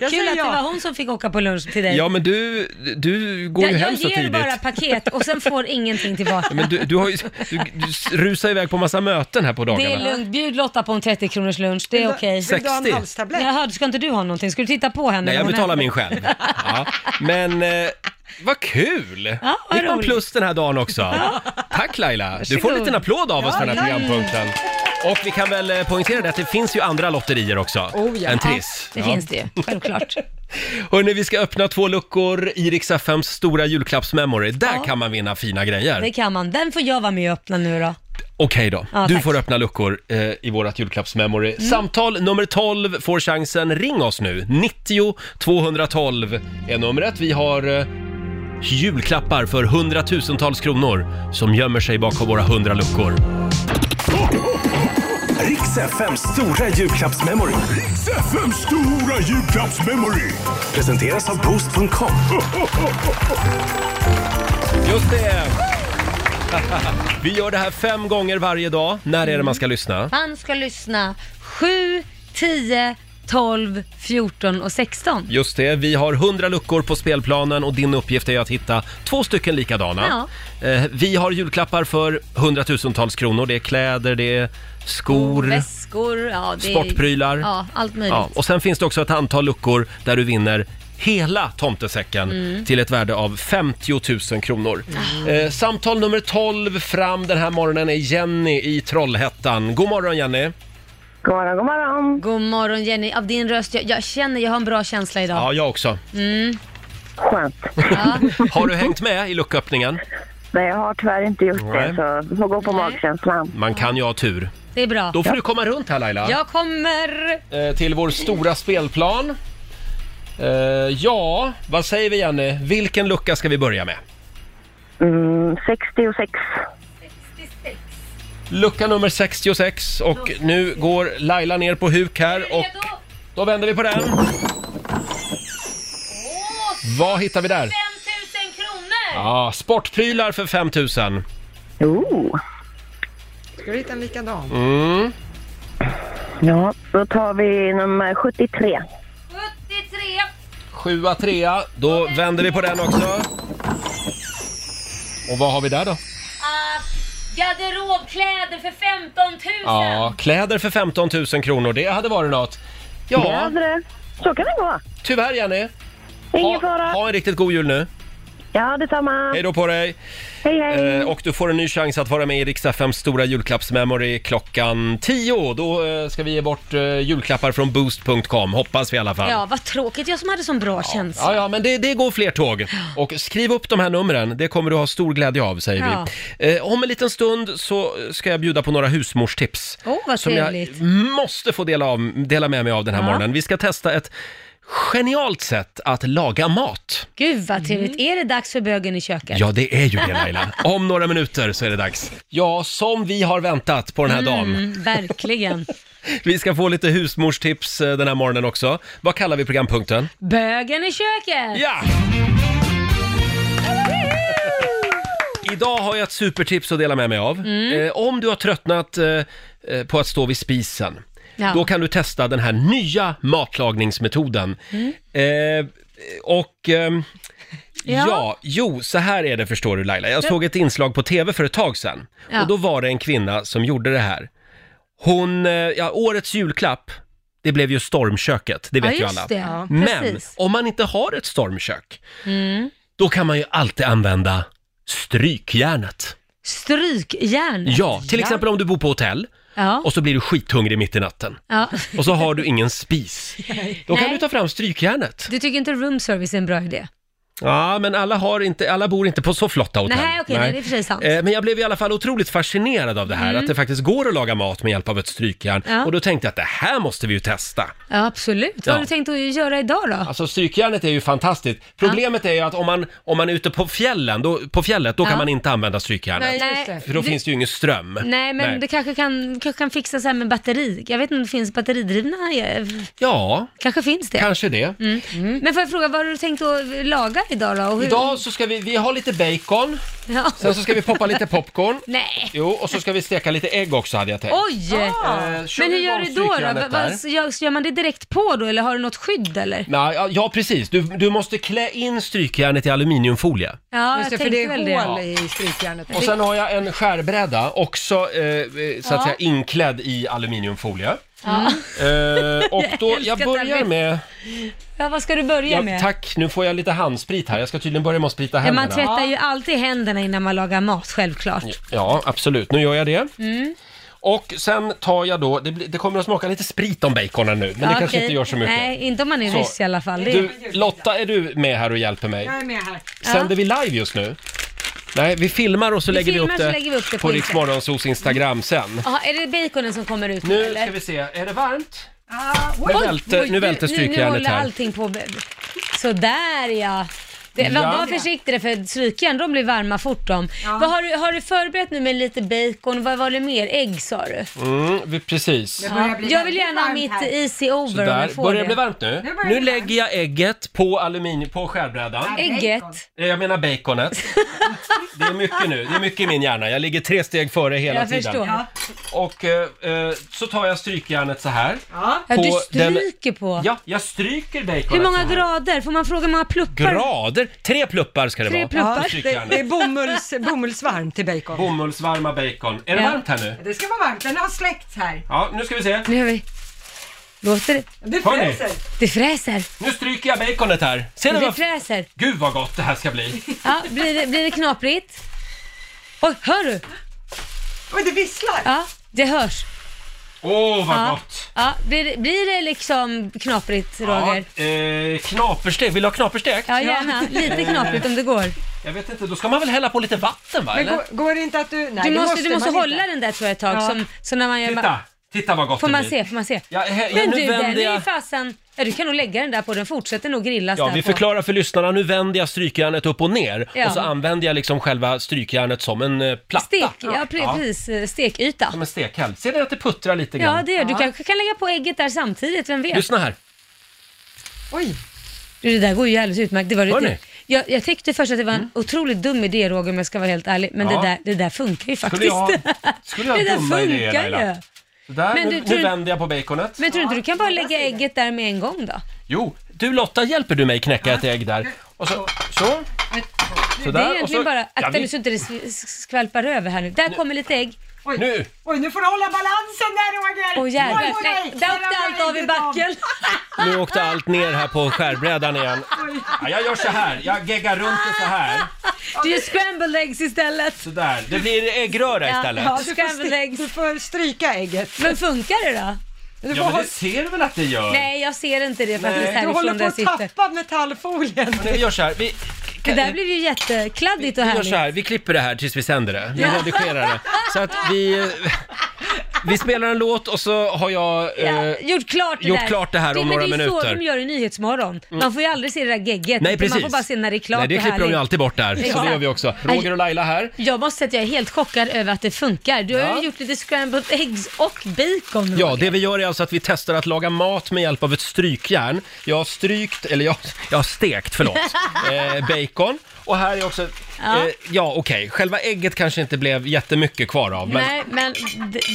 D: Kul
B: säger
D: att det
B: ja.
D: var hon som fick åka på lunch till dig.
A: Ja, men du, du går
D: jag,
A: ju
D: jag
A: hem så
D: ger
A: tidigt.
D: bara paket och sen får ingenting tillbaka.
A: Men du, du, har ju, du, du s- rusar iväg på massa möten här på
D: Det
A: dagarna.
D: är lugnt, bjud Lotta på en 30 kronors lunch, det är okej.
B: Vill du ha
A: 60?
B: en halstablett?
D: Jaha, ska inte du ha någonting? Ska du titta på henne?
A: Nej,
D: när
A: jag
D: hon
A: betalar
D: äter?
A: min själv. Ja. Men eh, vad kul!
D: Ja, vad
A: Fick man
D: roligt.
A: plus den här dagen också. Tack Laila! Du får en
D: Varsågod.
A: liten applåd av oss den här programpunkten. Och vi kan väl eh, poängtera det att det finns ju andra lotterier också
B: Oh, ja.
A: än Triss.
D: Det finns det ju, självklart.
A: Hörrni, vi ska öppna två luckor i Rix FMs stora julklappsmemory. Där kan man vinna fina grejer.
D: Det kan man. Den får jag vara med och öppna nu då.
A: Okej då,
D: Ja,
A: du
D: tack. Mm.
A: får öppna luckor eh, i vårat julklappsmemory. Samtal nummer 12 får chansen. Ring oss nu. 90 212 är numret. Vi har eh, julklappar för hundratusentals kronor som gömmer sig bakom våra hundra luckor.
C: Riks FMs stora julklappsmemory. Riks FMs stora julklappsmemory. Presenteras av Boost.com.
A: Just det! Vi gör det här fem gånger varje dag. När är det man ska lyssna?
D: Man ska lyssna 7, 10, 12, 14 och 16.
A: Just det, vi har 100 luckor på spelplanen och din uppgift är att hitta två stycken likadana. Eh, Vi har julklappar för hundratusentals kronor. Det är kläder, det är skor,
D: Väskor, ja, Oh, det är,
A: sportprylar.
D: Ja, allt möjligt.
A: Ja, Och sen finns det också ett antal luckor där du vinner hela tomtesäcken
D: Mm.
A: till ett värde av 50 000 kronor. Eh, samtal nummer 12 fram den här morgonen är Jenny i Trollhättan. God morgon Jenny!
G: God morgon, god morgon.
D: God morgon Jenny. Av din röst, jag, jag känner, jag har en bra känsla idag.
A: Ja, jag också.
G: Skönt.
D: Ja.
A: Har du hängt med i lucköppningen?
G: Nej, jag har tyvärr inte gjort
A: Nej.
G: det, så vi får gå på magkänslan.
A: Man kan ju ha tur.
D: Det är bra.
A: Då får du komma runt här Laila.
D: Jag kommer...
A: Eh, till vår stora spelplan. Eh, ja, vad säger vi Jenny? Vilken lucka ska vi börja med?
G: Mm, 66.
A: Lucka nummer 66 och nu går Laila ner på huk här och då vänder vi på den. Vad hittar vi där?
D: 5000 kronor!
A: Ja, sportprylar för 5000.
G: Oh.
B: Ska du hitta en likadan?
A: Mm.
G: Ja, då tar vi nummer 73.
D: 73!
A: Sjua, trea. Då vänder vi på den också. Och vad har vi där då?
D: ah, garderobkläder för 15 000!
A: Ja, kläder för 15 000 kronor. Det hade varit något. Ja,
G: hade det. Så kan det gå.
A: tyvärr Jenny.
G: Ingen
A: Ha,
G: fara.
A: ha en riktigt god jul nu.
G: Ja, detsamma.
A: Hej då på dig.
G: Hej, hej.
A: Eh, och du får en ny chans att vara med i Rix FMs stora julklappsmemory klockan 10. Då eh, ska vi ge bort eh, julklappar från boost.com, hoppas vi i alla fall.
D: Ja, vad tråkigt. Jag som hade sån bra känsla.
A: Ja, ja, men det, det går fler tåg. Och skriv upp de här numren, det kommer du ha stor glädje av, säger
D: Ja.
A: vi. Eh, om en liten stund så ska jag bjuda på några husmorstips.
D: Åh, vad
A: som jag
D: trevligt.
A: måste få dela, av, dela med mig av den här
D: Ja.
A: morgonen. Vi ska testa ett genialt sätt att laga mat.
D: Gud vad trevligt. Är det dags för bögen i köket?
A: Mm. Ja, det är ju det Laila. Om några minuter så är det dags. Ja, som vi har väntat på den här dagen.
D: Mm, verkligen.
A: Vi ska få lite husmorstips eh, den här morgonen också. Vad kallar vi programpunkten?
D: Bögen i köket!
A: Ja! Idag har jag ett supertips att dela med mig av.
D: Mm.
A: Eh, om du har tröttnat eh, eh, på att stå vid spisen,
D: Ja.
A: då kan du testa den här nya matlagningsmetoden.
D: Mm.
A: Eh, och... ehm, Ja.
D: Ja.
A: jo, så här är det förstår du Laila. Jag såg ett inslag på TV för ett tag sedan.
D: Ja.
A: Och då var det en kvinna som gjorde det här. Hon, eh, ja, årets julklapp, det blev ju stormköket, det vet
D: ja,
A: ju
D: just
A: alla.
D: det.
A: Men
D: Precis.
A: om man inte har ett stormkök, då kan man ju alltid använda strykjärnet.
D: Strykjärn.
A: Ja, till exempel om du bor på hotell
D: Ja.
A: och så blir du skithungrig mitt i natten.
D: ja.
A: Och så har du ingen spis. Då kan
D: Nej.
A: du ta fram strykjärnet.
D: Du tycker inte room service är en bra idé?
A: Ja, men alla, har inte, alla bor inte på så flotta hotell.
D: Nej, okej, nej, det är i och för sig sant. Mm.
A: Eh, Men jag blev i alla fall otroligt fascinerad av det här, att det faktiskt går att laga mat med hjälp av ett strykjärn.
D: Ja.
A: Och då tänkte jag att det här måste vi ju testa.
D: Ja, absolut. Vad
A: Ja.
D: har du tänkt att göra idag då?
A: Alltså strykjärnet är ju fantastiskt. Problemet är ju att om man, om man är ute på, fjällen, då, på fjället, då kan
D: Ja.
A: man inte använda strykjärnet.
B: Nej, just det.
A: För då finns det ju ingen ström.
D: Nej, men det kanske kan, kanske kan fixas här med batteri. Jag vet inte om det finns batteridrivna. eh,
A: Ja,
D: Kanske finns det.
A: kanske det.
D: Mm. Men får jag fråga, vad har du tänkt att laga idag då? Och hur-
A: Idag så ska vi, vi har lite bacon,
D: Ja.
A: sen så ska vi poppa lite popcorn.
D: Nej.
A: Jo, och så ska vi steka lite ägg också hade jag tänkt.
D: Oj!
B: Ah,
A: Eh, kör
D: Men hur
A: igång
D: gör du då? då?
A: strykjärnet
D: Vad-
A: där.
D: vad- så gör, så gör man det direkt på då eller har du något skydd eller?
A: Nej, ja, ja, precis. Du, du måste klä in strykjärnet i aluminiumfolie.
D: Ja,
B: Just det,
D: jag
B: för det
D: tänkte väl det.
B: är hål i strykjärnet.
A: Och sen har jag en skärbräda, också eh, eh, så att
D: Ja.
A: säga inklädd i aluminiumfolie.
D: Ja.
A: Eh, och då,
D: älskar
A: jag
D: att det här
A: börjar
D: blir-
A: med...
D: ja, vad ska du börja
A: Ja,
D: med?
A: tack, nu får jag lite handsprit här. Jag ska tydligen börja med att sprita
D: Ja,
A: händerna.
D: man tvättar ju alltid händerna innan man lagar mat, självklart.
A: Ja, absolut. Nu gör jag det.
D: Mm.
A: Och sen tar jag då, det, blir- det kommer att smaka lite sprit om baconen nu, men det
D: Ja,
A: kanske
D: okej.
A: inte gör så mycket.
D: Nej, inte om man är
A: Så.
D: ryss i alla fall. Det...
A: Du, Lotta, är du med här och hjälper mig?
B: Jag är med här.
A: Sänder vi live just nu? Nej, vi filmar och så,
D: Vi
A: lägger, vi
D: filmar
A: upp
D: så
A: det
D: lägger vi upp det
A: på
D: på
A: Rix
D: Insta.
A: Morgonzos Instagram sen.
D: Jaha, är det baconen som kommer ut
A: Nu
D: eller?
A: ska vi se, är det varmt?
B: Ah,
A: Nu välter,
D: Oj,
A: nu välter
D: Nu, nu
A: strykjärnet
D: håller
A: här.
D: allting på. Sådär ja. Det, var,
A: Ja.
D: var försiktig där, för strykjärn de blir varma fort de. Vad har, du, har du förberett nu med lite bacon, vad var det mer? Ägg sa du?
A: Mm, vi, precis.
D: Ja. Jag vill gärna ha mitt easy over om
A: Sådär,
D: jag får
A: börjar det
D: det.
A: bli varmt nu?
B: börjar det
A: Nu
B: bli
A: lägger jag ägget på aluminium, på skärbrädan.
D: Ägget?
A: Eh, Jag menar baconet. Det är mycket nu, det är mycket i min hjärna. Jag ligger tre steg före hela
D: Jag
A: tiden.
D: förstår. Ja.
A: Och eh, eh, så tar jag strykjärnet så här.
D: du
A: På den-
D: stryker på.
A: Ja, jag stryker baconet
D: Hur många
A: så här.
D: grader? Får man fråga hur många pluppar?
A: grader? Tre pluppar ska det
D: Tre
A: vara.
D: pluppar.
A: På
B: Ja, det,
A: strykjärnet.
B: det är bomulls, bomullsvarm till bacon.
A: Bomullsvarma bacon. Är det
D: Ja.
A: varmt här nu?
B: Det ska vara varmt, den har släckts här.
A: Ja, nu ska vi se.
D: Nu har vi... Låter det?
B: Det
A: Hörni.
B: fräser.
D: Det fräser.
A: Nu stryker jag baconet här. Ser ni
D: Det
A: vad...
D: fräser.
A: Gud vad gott det här ska bli.
D: Ja, blir, det, blir det knaprigt? Oj, hör du?
B: Oj, det visslar.
D: Ja, det hörs.
A: Åh, vad
D: Ja.
A: gott!
D: Ja, blir, blir det liksom knaprigt,
A: Ja,
D: Roger?
A: eh, knaperstek. Vill du ha knaperstek?
D: Ja, gärna. Lite knaprigt om det går.
A: Jag vet inte, då ska man väl hälla på lite vatten va?
B: Men
A: Eller?
B: går, går det inte att du... Nej,
D: Du
B: det
D: måste, du måste
B: man
D: hålla
B: inte.
D: den där tror jag ett tag.
B: Ja.
D: Som, så när man gör,
A: Titta! Titta vad gott
D: Får
A: det
D: man
A: blir.
D: se, får man se.
A: Ja, he- ja,
D: Men
A: nu
D: du, den
A: vänder
D: är ju
A: jag...
D: fasen... Ja, du kan nog lägga den där på, den fortsätter nog grillas
A: Ja,
D: där
A: vi
D: på.
A: förklarar för lyssnarna. Nu vänder jag strykjärnet upp och ner
D: Ja.
A: och så använder jag liksom själva strykjärnet som en eh, platta.
D: Stek, ja, pre- precis. eh, Stekyta.
A: Som en stekhäll. Ser ni att det puttrar lite grann?
D: Ja, det gör du. kanske kan lägga på ägget där samtidigt, vem vet?
A: Lyssna här.
B: Oj,
D: Du, det där går ju alldeles utmärkt. Det var
A: Hör
D: lite...
A: ni? Mm.
D: jag, jag tyckte först att det var en otroligt dum idé Roger, om jag ska vara helt ärlig. Men
A: Ja.
D: det, där, det där funkar
A: Skulle
D: ju faktiskt.
A: jag ha, skulle jag
D: det
A: ha
D: där
A: dumma idéer
D: funkar
A: Laila?
D: ju.
A: Där,
D: Men
A: nu,
D: du,
A: nu
D: tror-
A: vänder jag på baconet.
D: Men tror du inte du kan bara lägga ägget där med en gång då?
A: Jo, du Lotta, hjälper du mig knäcka ett ägg där? Och så, så. Sådär,
D: Det är
A: och
D: egentligen
A: så,
D: bara,
A: ja,
D: akta
A: vi-
D: nu så inte det s- s- skvalpar över här nu. Där kommer lite ägg.
B: oj.
A: Nu!
B: Oj, nu får du hålla balansen där Roger!
D: Åh jävlar,
B: Oj, oj,
D: nej,
B: oj.
D: där åkte allt av i backen.
A: Nu åkte allt ner här på skärbrädan igen. Ja, jag gör så här, jag geggar runt det så här.
D: Du gör scrambled eggs istället.
A: Sådär, det blir äggröra
D: Ja,
A: istället.
D: ja.
A: Ja,
B: Du får, stry- du får stryka ägget.
D: Men funkar det då?
B: Du, får
A: men
B: ha,
A: det ser väl att det gör?
D: Nej, jag ser inte det faktiskt
A: Nej.
B: du
D: härifrån
B: håller
D: där
B: på
D: jag
B: att
D: sitter.
B: tappa metallfolien.
A: Men Vi gör så här, vi,
D: Det där blev ju jättekladdigt och
A: vi, gör så
D: härligt.
A: här, vi klipper det här tills vi sänder det. Vi redigerar det. Så att vi, vi spelar en låt och så har jag...
D: Ja,
A: eh,
D: gjort klart det
A: gjort
D: där.
A: klart det här
D: Det-
A: om
D: men
A: några
D: Det är ju
A: minuter. Mm.
D: så de gör i Nyhetsmorgon. Man får ju aldrig se det där gegget.
A: Nej,
D: utan
A: precis.
D: Man får bara se när det är klart
A: Nej, det
D: och
A: klipper de ju
D: härligt.
A: alltid bort där. Så
D: Exakt.
A: det gör vi också. Roger och Laila här.
D: Jag måste säga att jag är helt chockad över att det funkar. Du har
A: Ja.
D: ju gjort lite scrambled eggs och bacon.
A: Ja,
D: Roger.
A: det vi gör är alltså att vi testar att laga mat med hjälp av ett strykjärn. Jag har strykt, eller jag, jag har stekt, förlåt, eh, bacon. Och här är också, ett-
D: Ja.
A: eh, ja okej, själva ägget kanske inte blev jättemycket kvar av. Men
D: Nej, men det,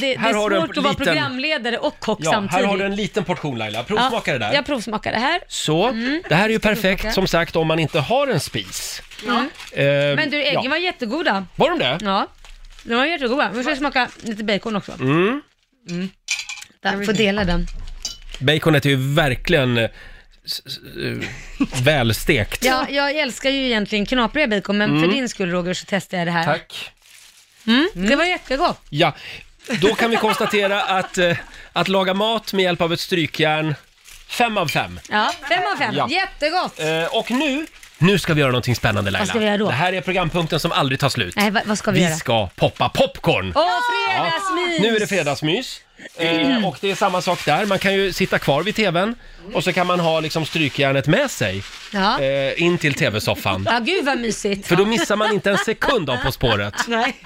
D: det, det
A: Här
D: är
A: har du en
D: svårt att vara
A: liten-
D: programledare och kock
A: ja,
D: samtidigt.
A: här har du en liten portion Laila, provsmaka
D: ja, Mm.
A: det där.
D: Jag provsmakar det här.
A: Så, det här är ju perfekt
D: provsmaka.
A: som sagt om man inte har en spis. Eh,
D: Men du, äggen
A: ja.
D: var jättegoda.
A: Var de det?
D: Ja, de var jättegoda. Vi ska smaka lite bacon också. Mm. Där, får dela den.
A: Baconet är ju verkligen eh, s- s- eh, välstekt.
D: Ja, jag älskar ju egentligen knapriga bacon, men för din skull Roger så testar jag det här.
A: Mm. Tack.
D: Mm, Det var jättegott.
A: Ja, då kan vi konstatera att, eh, att laga mat med hjälp av ett strykjärn, fem av fem.
D: Ja, fem av fem.
A: Ja.
D: Jättegott.
A: Eh, och nu, nu ska vi göra någonting spännande Laila.
D: Vad ska vi göra då?
A: Det här är programpunkten som aldrig tar slut.
D: Nej, vad, vad ska vi,
A: vi
D: göra?
A: ska poppa popcorn!
D: Åh, fredagsmys!
A: Nu är det fredagsmys. Eh, och det är samma sak där, man kan ju sitta kvar vid tvn och så kan man ha liksom strykjärnet med sig
D: Ja.
A: eh, in till tv-soffan.
D: ja, gud vad mysigt.
A: För då missar man inte en sekund av På spåret.
B: Nej.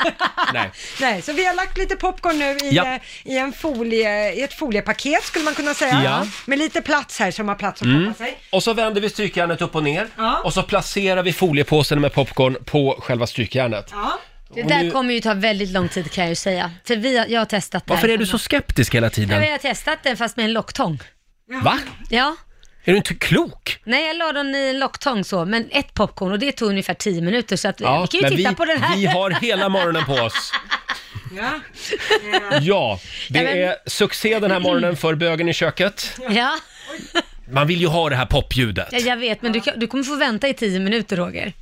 A: Nej.
B: Nej, så vi har lagt lite popcorn nu i,
A: Ja.
B: eh, i, en folie, i ett foliepaket skulle man kunna säga.
A: Ja.
B: Med lite plats här som har plats att tappa sig.
A: Och så vänder vi strykjärnet upp och ner
B: Ja.
A: och så placerar vi foliepåsen med popcorn på själva strykjärnet.
B: Ja.
D: Det
A: Och
D: där
A: nu-
D: kommer ju ta väldigt lång tid kan jag ju säga. För vi har, jag har testat
A: Varför
D: det
A: är du så skeptisk hela
D: Ja, men
A: tiden?
D: jag har testat den fast med en locktång.
A: Va?
D: Ja.
A: Är du inte klok?
D: Nej, jag la den i en locktång så, men ett popcorn och det tog ungefär 10 minuter så att vi kan ju
A: men
D: titta
A: vi,
D: på den här.
A: vi har hela morgonen på oss.
B: Ja.
A: Ja, det
D: Ja, men-
A: är succé den här morgonen för bögen i köket.
D: Ja,
A: Man vill ju ha det här popljudet.
D: ja, jag vet, men du, kan, du kommer få vänta i 10 minuter Roger.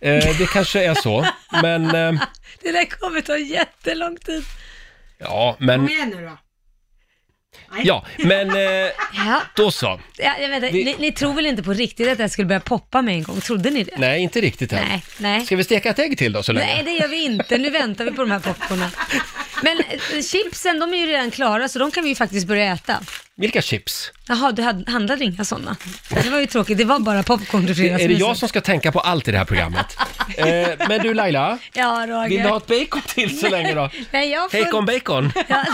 A: Eh, det kanske är så, men eh,
D: Det där kommer ta jättelång tid.
A: ja, men
B: igen nu då.
A: ja, men eh,
D: Ja,
A: då så.
D: ja jag vet,
A: Vi-
D: ni, ni tror väl inte på riktigt att jag skulle börja poppa med en gång? Trodde ni det?
A: Nej, inte riktigt än.
D: Nej, nej.
A: Ska vi steka ett ägg till då så
D: Nej,
A: länge?
D: det gör vi inte. Nu väntar vi på de här popcornen. Men eh, chipsen, de är ju redan klara, så de kan vi ju faktiskt börja äta.
A: Vilka chips?
D: Jaha, du hade- handlade inga sådana? Det var ju tråkigt. Det var bara popcorn till
A: Är det jag
D: fredagsmyset.
A: som ska tänka på allt i det här programmet? eh, men du Laila,
D: Ja, Roger.
A: vill du ha ett bacon till så länge då?
D: Nej, jag har full-
A: Bacon, bacon.
D: Ja.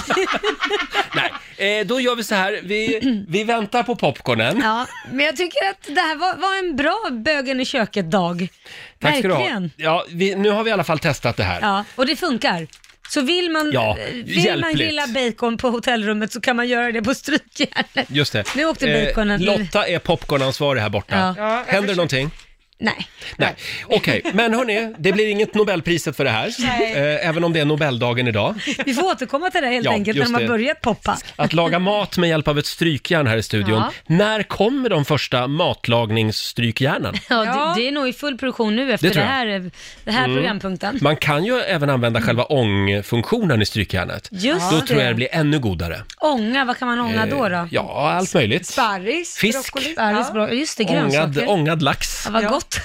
A: Nej, eh, då gör vi så här. Vi, vi väntar på popcornen.
D: ja, men jag tycker att det här var, var en bra bögen i köket-dag.
A: Tack ska du ha.
D: Verkligen.
A: Ja, vi, nu har vi i alla fall testat det här.
D: Ja, och det funkar. Så vill man,
A: Ja,
D: eh, vill man
A: hjälpligt.
D: grilla bacon på hotellrummet så kan man göra det på Strykjärnet.
A: Just det. Eh,
D: Nu åkte baconen.
A: Lotta är popcornansvarig här borta.
D: Ja.
B: Ja, jag
A: Händer det
B: försöker-
A: någonting?
D: Nej.
A: Nej, okej. Men hörni, det blir inget Nobelpriset för det här. Eh, även om det är Nobeldagen idag.
D: Vi får återkomma till det helt
A: Ja,
D: enkelt när
A: just
D: de har
A: det.
D: börjat poppa.
A: Att laga mat med hjälp av ett strykjärn här i studion.
D: Ja.
A: När kommer de första matlagningsstrykjärnen?
D: Ja,
B: Ja.
D: Det, det är nog i full produktion nu efter
A: Det
D: det,
A: tror jag. Mm.
D: här, det här programpunkten.
A: Man kan ju även använda själva ångfunktionen i strykjärnet.
D: Just
A: Då
D: det.
A: tror jag det blir ännu godare.
D: Ånga, vad kan man ånga då? då?
A: Eh, Ja, allt möjligt.
B: Sparris,
A: Fisk.
B: broccoli.
D: Sparris, bra. Just det,
A: Ångad,
D: grönsaker.
A: ångad lax.
D: Ja, vad
B: Ja.
D: gott.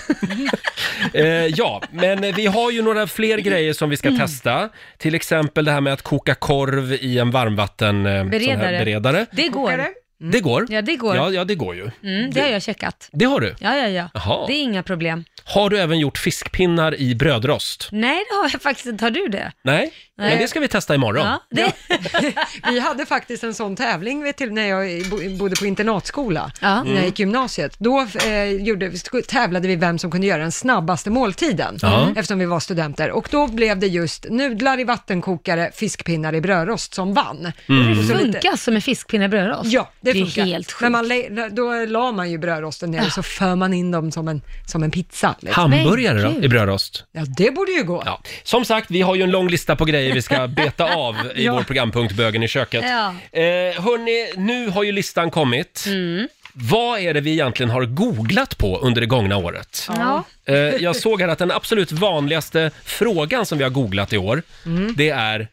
A: Eh, ja, men eh, vi har ju några fler grejer som vi
D: Mm.
A: ska testa. Till exempel det här med att koka korv i en varmvattenberedare. Eh, sån här
D: Beredare.
A: beredare.
D: Det går.
B: Eller?
A: Det går.
D: Ja, det går.
A: Ja, ja, det går ju.
D: Mm, det har jag checkat.
A: Det har du.
D: Ja, ja, ja.
A: Jaha.
D: Det är inga problem.
A: Har du även gjort fiskpinnar i brödrost?
D: Nej, det har jag faktiskt inte. Har du det?
A: Nej, men
D: Nej.
A: det ska vi testa imorgon.
D: Ja, det,
B: Vi hade faktiskt en sån tävling vet till, när jag bo- bodde på internatskola,
D: Ja.
B: när jag gick gymnasiet. Då eh, gjorde, tävlade vi vem som kunde göra den snabbaste måltiden,
A: Ja.
D: Mm.
B: eftersom vi var studenter. Och då blev det just nudlar i vattenkokare, fiskpinnar i brödrost som vann.
D: det
A: Mm.
B: Och så lite-
D: funkar som en fiskpinne i brödrost.
B: Ja, det,
D: är
B: funkar.
D: helt sjukt. Ah.
B: Men man, lä- då la man ju brödrosten ner och så för man in dem som en, som en pizza. Liksom.
A: Hamburgare då,
D: Gud.
A: i brödrost?
B: Ja, det borde ju gå.
A: Ja. Som sagt, vi har ju en lång lista på grejer vi ska beta av i vår programpunkt Bögen i köket.
D: Ja.
A: Eh, hörni, nu har ju listan kommit.
D: Mm.
A: Vad är det vi egentligen har googlat på under det gångna året?
D: Ja.
A: Eh, jag såg här att den absolut vanligaste frågan som vi har googlat i år, det är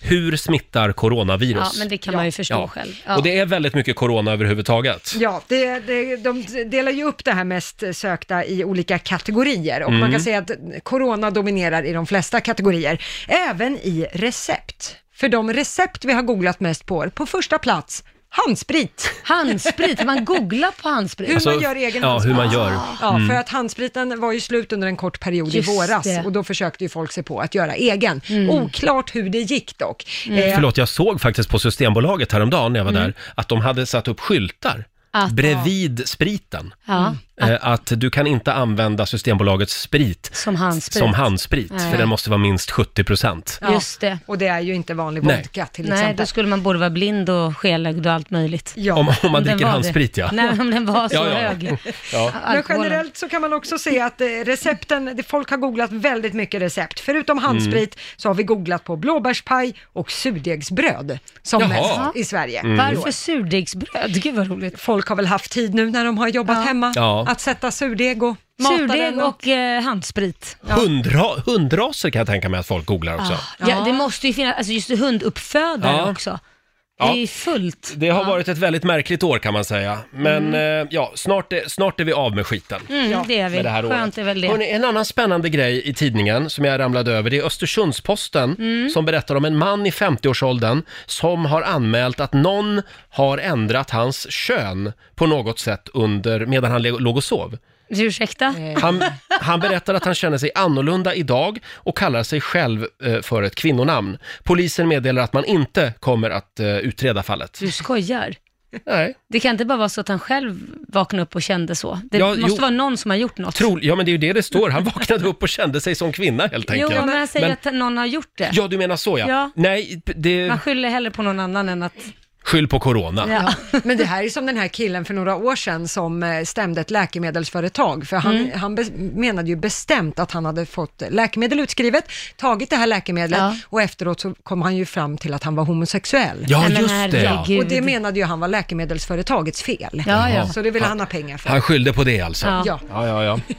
A: hur smittar
D: Mm. ja,
A: coronavirus?
D: men det kan man ju förstå själv. Ja.
A: Och det är väldigt mycket corona överhuvudtaget.
B: Ja, det, det, de delar ju upp det här mest sökta i olika kategorier och
A: Mm.
B: man kan säga att corona dominerar i de flesta kategorier, även i recept. För de recept vi har googlat mest på, på första plats, handsprit.
D: Handsprit, man googlar på handsprit.
B: Hur
A: Alltså,
B: man gör egen
A: ja,
B: handsprit.
A: hur man gör. Mm.
B: Ja, för att handspriten var ju slut under en kort period
D: Just
B: i våras
D: det. Mm.
B: och då försökte ju folk sig på att göra egen. Oklart hur det gick dock. Eh,
A: Förlåt, jag såg faktiskt på Systembolaget häromdagen när jag var där att de hade satt upp skyltar
D: Mm. Att-
A: bredvid spriten.
D: Ja.
A: Eh, Att du kan inte använda Systembolagets sprit
D: Som handsprit.
A: som handsprit, för
D: Nej.
A: den måste vara minst 70 procent.
B: ja,
D: Just det.
B: Och det är ju inte vanlig
A: Nej.
B: vodka till
D: Nej,
B: exempel.
D: då skulle man både vara blind och skelögd och allt möjligt.
B: Ja.
A: Om, om man
D: Om den
A: dricker
D: var det.
A: handsprit, ja.
D: Nej, om den var så
A: Ja, ja.
D: hög.
A: ja.
B: Men
D: Alkoholen.
B: generellt så kan man också se att eh, recepten, det- folk har googlat väldigt mycket recept. Förutom handsprit
A: Mm.
B: så har vi googlat på blåbärspaj och surdegsbröd som
A: Jaha.
B: mest i Sverige.
A: Mm.
D: Varför surdegsbröd? Gud vad roligt.
B: Folk har väl haft tid nu när de har jobbat hemma
A: Ja.
B: att sätta surdeg och mata den.
D: Surdeg
B: och-
D: och eh, handsprit.
A: Hundra, hundraser kan jag tänka mig att folk googlar också.
D: Ja. det måste ju finnas, alltså just hunduppfödare
A: Ja.
D: också.
A: Ja.
D: Det är ju fullt.
A: Det har varit ett väldigt märkligt år kan man säga. Men eh, ja, snart är, snart är vi av med skiten.
D: Mm, det är vi.
A: med det här
D: Skönt
A: året.
D: är väl det.
A: Hörrni, en annan spännande grej i tidningen som jag ramlade över, det är Östersundsposten
D: Mm.
A: som berättar om en man i 50-årsåldern som har anmält att någon har ändrat hans kön på något sätt under, medan han le- låg och sov.
D: Ursäkta?
A: Han, han berättar att han känner sig annorlunda idag och kallar sig själv eh, för ett kvinnonamn. Polisen meddelar att man inte kommer att eh, utreda fallet.
D: Du skojar.
A: Nej,
D: Det kan inte bara vara så att han själv vaknade upp och kände så. Det
A: Ja,
D: måste
A: jo.
D: vara någon som har gjort något.
A: tro, ja men det är ju det det står. Han vaknade upp och kände sig som kvinna helt
D: jo,
A: enkelt.
D: men han säger
A: Men-
D: att någon har gjort det.
A: Ja, du menar så ja.
D: Ja.
A: Nej, p- det...
D: Man skyller hellre på någon annan än att...
A: Skyll på corona.
D: Ja.
B: Men det här är som den här killen för några år sedan som eh, stämde ett läkemedelsföretag för han, han be- menade ju bestämt att han hade fått läkemedel utskrivet, tagit det här läkemedlet
D: Ja.
B: och efteråt så kom han ju fram till att han var homosexuell.
A: Ja,
D: Nej, men
A: just det. ja.
D: herregud.
B: Och det menade ju han var läkemedelsföretagets fel.
D: Ja, ja.
B: Så det vill han ha pengar för.
A: Han skyllde på det alltså.
D: Ja.
B: Ja,
A: Ja, ja, ja.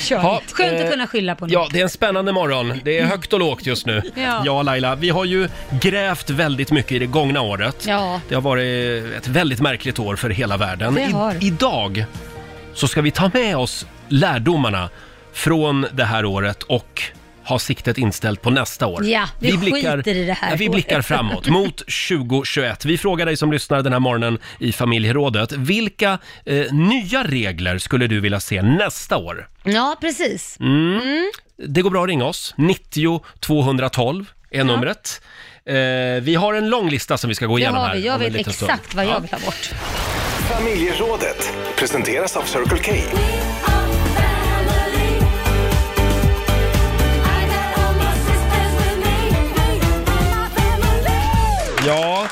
B: kör.
A: Ha,
D: Skönt
A: eh,
D: att kunna skylla på någon.
A: Ja, det är en spännande morgon. Det är högt och lågt just nu.
D: Ja.
A: Laila, vi har ju grävt väldigt mycket i det gångna året.
D: Ja.
A: Det har varit ett väldigt märkligt år för hela världen.
D: Det har.
A: I, idag så ska vi ta med oss lärdomarna från det här året och ha siktet inställt på nästa år.
D: Ja, vi skiter i det här
A: ja, Vi blickar
D: året.
A: framåt mot 2021. Vi frågar dig som lyssnar den här morgonen i familjerådet. Vilka eh, nya regler skulle du vilja se nästa år?
D: Ja, precis.
A: Det går bra att ringa oss. 90 212 är numret. Eh, vi har en lång lista som vi ska gå
D: Det
A: igenom
D: har
A: här.
D: vi. Jag
A: om en
D: vet
A: liten stund.
D: exakt vad jag
A: Ja.
D: vill ha bort.
C: Familjerådet presenteras av Circle K.
A: Ja,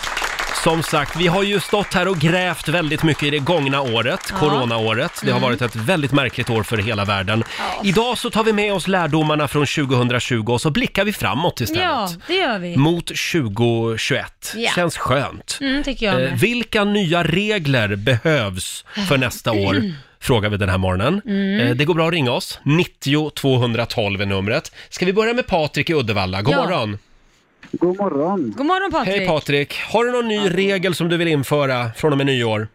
A: Som sagt, vi har ju stått här och grävt väldigt mycket i det gångna året, coronaåret. Det
D: Mm.
A: har varit ett väldigt märkligt år för hela världen. Idag så tar vi med oss lärdomarna från 2020 och så blickar vi framåt istället.
D: Ja, det gör vi.
A: Mot 2021.
D: Ja.
A: Känns skönt.
D: Mm, tycker jag med.
A: Eh, vilka nya regler behövs för nästa år?
D: Mm.
A: Frågar vi den här morgonen. Eh, det går bra att ringa oss. 90 212 är numret. Ska vi börja med Patrik i Uddevalla? God
D: Ja.
A: morgon!
I: God morgon.
D: God morgon Patrik.
A: Hej Patrik! Har du någon ny regel som du vill införa från och med nyår?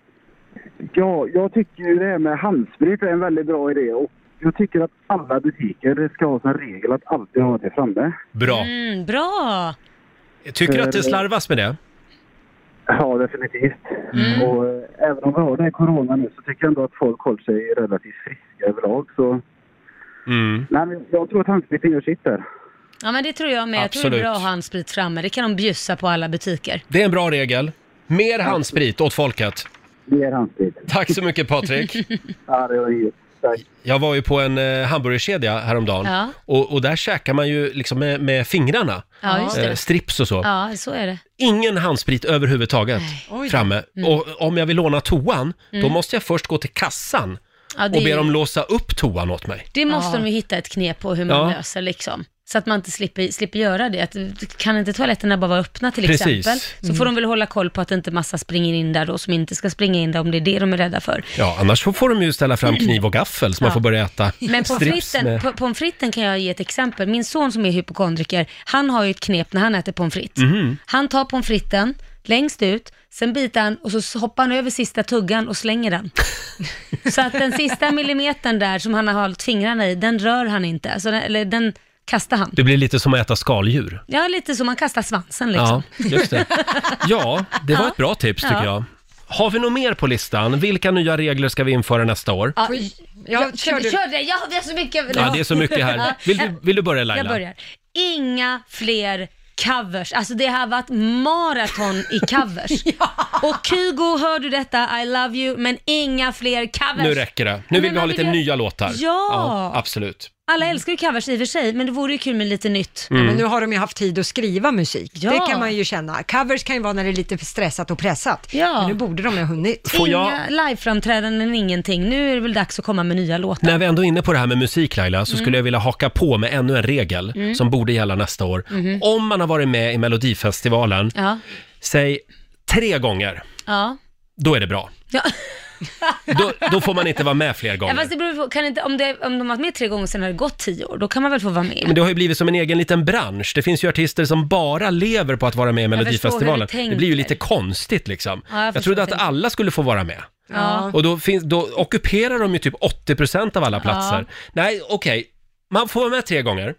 I: Ja, jag tycker ju det här med handsprit är en väldigt bra idé och jag tycker att alla butiker ska ha som regel att alltid ha det framme.
A: Bra!
D: Mm, bra.
A: Tycker du att det slarvas med det?
I: Eh,
A: Mm.
I: Ja, definitivt. Och eh, även om vi har den här corona nu så tycker jag ändå att folk håller sig relativt friska överlag. Så
A: Mm.
I: nej, men jag tror att handspriten gör sitt där.
D: Ja men det tror jag med. Jag tror det
A: Absolut.
D: är bra att ha handsprit framme. Det kan de bjussa på alla butiker.
A: Det är en bra regel. Mer handsprit åt folket.
I: Det är handsprit.
A: Tack så mycket Patrik!
I: Ja, det är ju. Tack.
A: Jag var ju på en eh, hamburgerkedja häromdagen
D: Ja.
A: och, och där käkar man ju liksom med, med fingrarna.
D: Ja, just
A: Eh,
D: det.
A: strips och så.
D: Ja, så är det.
A: Ingen handsprit överhuvudtaget framme.
D: Mm.
A: Och om jag vill låna toan, då måste jag först gå till kassan
D: Ja, det,
A: och be dem låsa upp toan åt mig.
D: det måste de ju hitta ett knep på hur man
A: Ja.
D: löser liksom. Så att man inte slipper, slipper göra det. Att, kan inte toaletterna bara vara öppna till
A: Precis. Mm.
D: exempel? Så får de väl hålla koll på att inte massa springer in där då som inte ska springa in där om det är det de är rädda för.
A: Ja, annars så får de ju ställa fram kniv och gaffel så man
D: Mm. Ja.
A: får börja äta
D: Men pommes
A: strips
D: fritesen,
A: med...
D: po- pommes fritesen kan jag ge ett exempel. Min son som är hypokondriker, han har ju ett knep när han äter pommes frites.
A: Mhm.
D: Han tar pommes fritesen längst ut, sen biter han och så hoppar han över sista tuggan och slänger den. så att den sista millimetern där som han har hållit fingrarna i, den rör han inte. Alltså den, eller den kastar han.
A: Det blir lite som att äta skaldjur.
D: Ja, lite som man kastar svansen
A: Ja,
D: liksom.
A: just det. Ja, det var ett bra tips tycker
D: Ja.
A: jag. Har vi något mer på listan? Vilka nya regler ska vi införa nästa år?
D: Ja.
B: Ja,
D: Ja,
B: kör
D: kör,
B: du.
D: kör det, jag har så mycket.
A: Ja, det är så mycket här.
D: Ja.
A: Vill du, vill du börja Laila?
D: Jag börjar. Inga fler covers. Alltså det har varit maraton i covers. Och Kygo, hör du detta? I love you, men inga fler covers.
A: Nu räcker det. Nu vill
D: Men
A: vi ha
D: man
A: lite
D: vill ju-
A: nya låtar.
D: Ja.
A: Absolut.
D: Alla älskar ju covers i och för sig, men det vore ju kul med lite nytt.
A: Mm.
B: Men nu har de ju haft tid att skriva musik.
D: Ja.
B: Det kan man ju känna. Covers kan ju vara när det är lite för stressat och pressat.
D: Ja.
B: Men nu borde de ha hunnit.
A: Får jag-
D: Inga liveframträdanden, ingenting. Nu är det väl dags att komma med nya låtar.
A: När vi ändå är inne på det här med musik Laila,
D: Mm.
A: så skulle jag vilja haka på med ännu en regel som borde gälla nästa år. Om man har varit med i Melodifestivalen,
D: Mm-hmm. Ja,
A: säg tre gånger,
D: ja.
A: då är det bra.
D: ja.
A: Då, då får man inte vara med fler
D: ja
A: gånger.
D: fast det beror på, kan inte, om, det, om de har varit med tre gånger och sen har det gått tio år, då kan man väl få vara med?
A: Men det har ju blivit som en egen liten bransch. Det finns ju artister som bara lever på att vara med i Melodifestivalen.
D: förstår hur du
A: Det blir ju
D: tänker.
A: lite konstigt liksom.
D: Ja, jag
A: jag
D: förstår
A: trodde
D: hur
A: att
D: du tänker.
A: alla skulle få vara med.
D: ja.
A: Och då, finns, då ockuperar de ju typ 80% av alla platser. Nej, okej. Man får vara med tre gånger.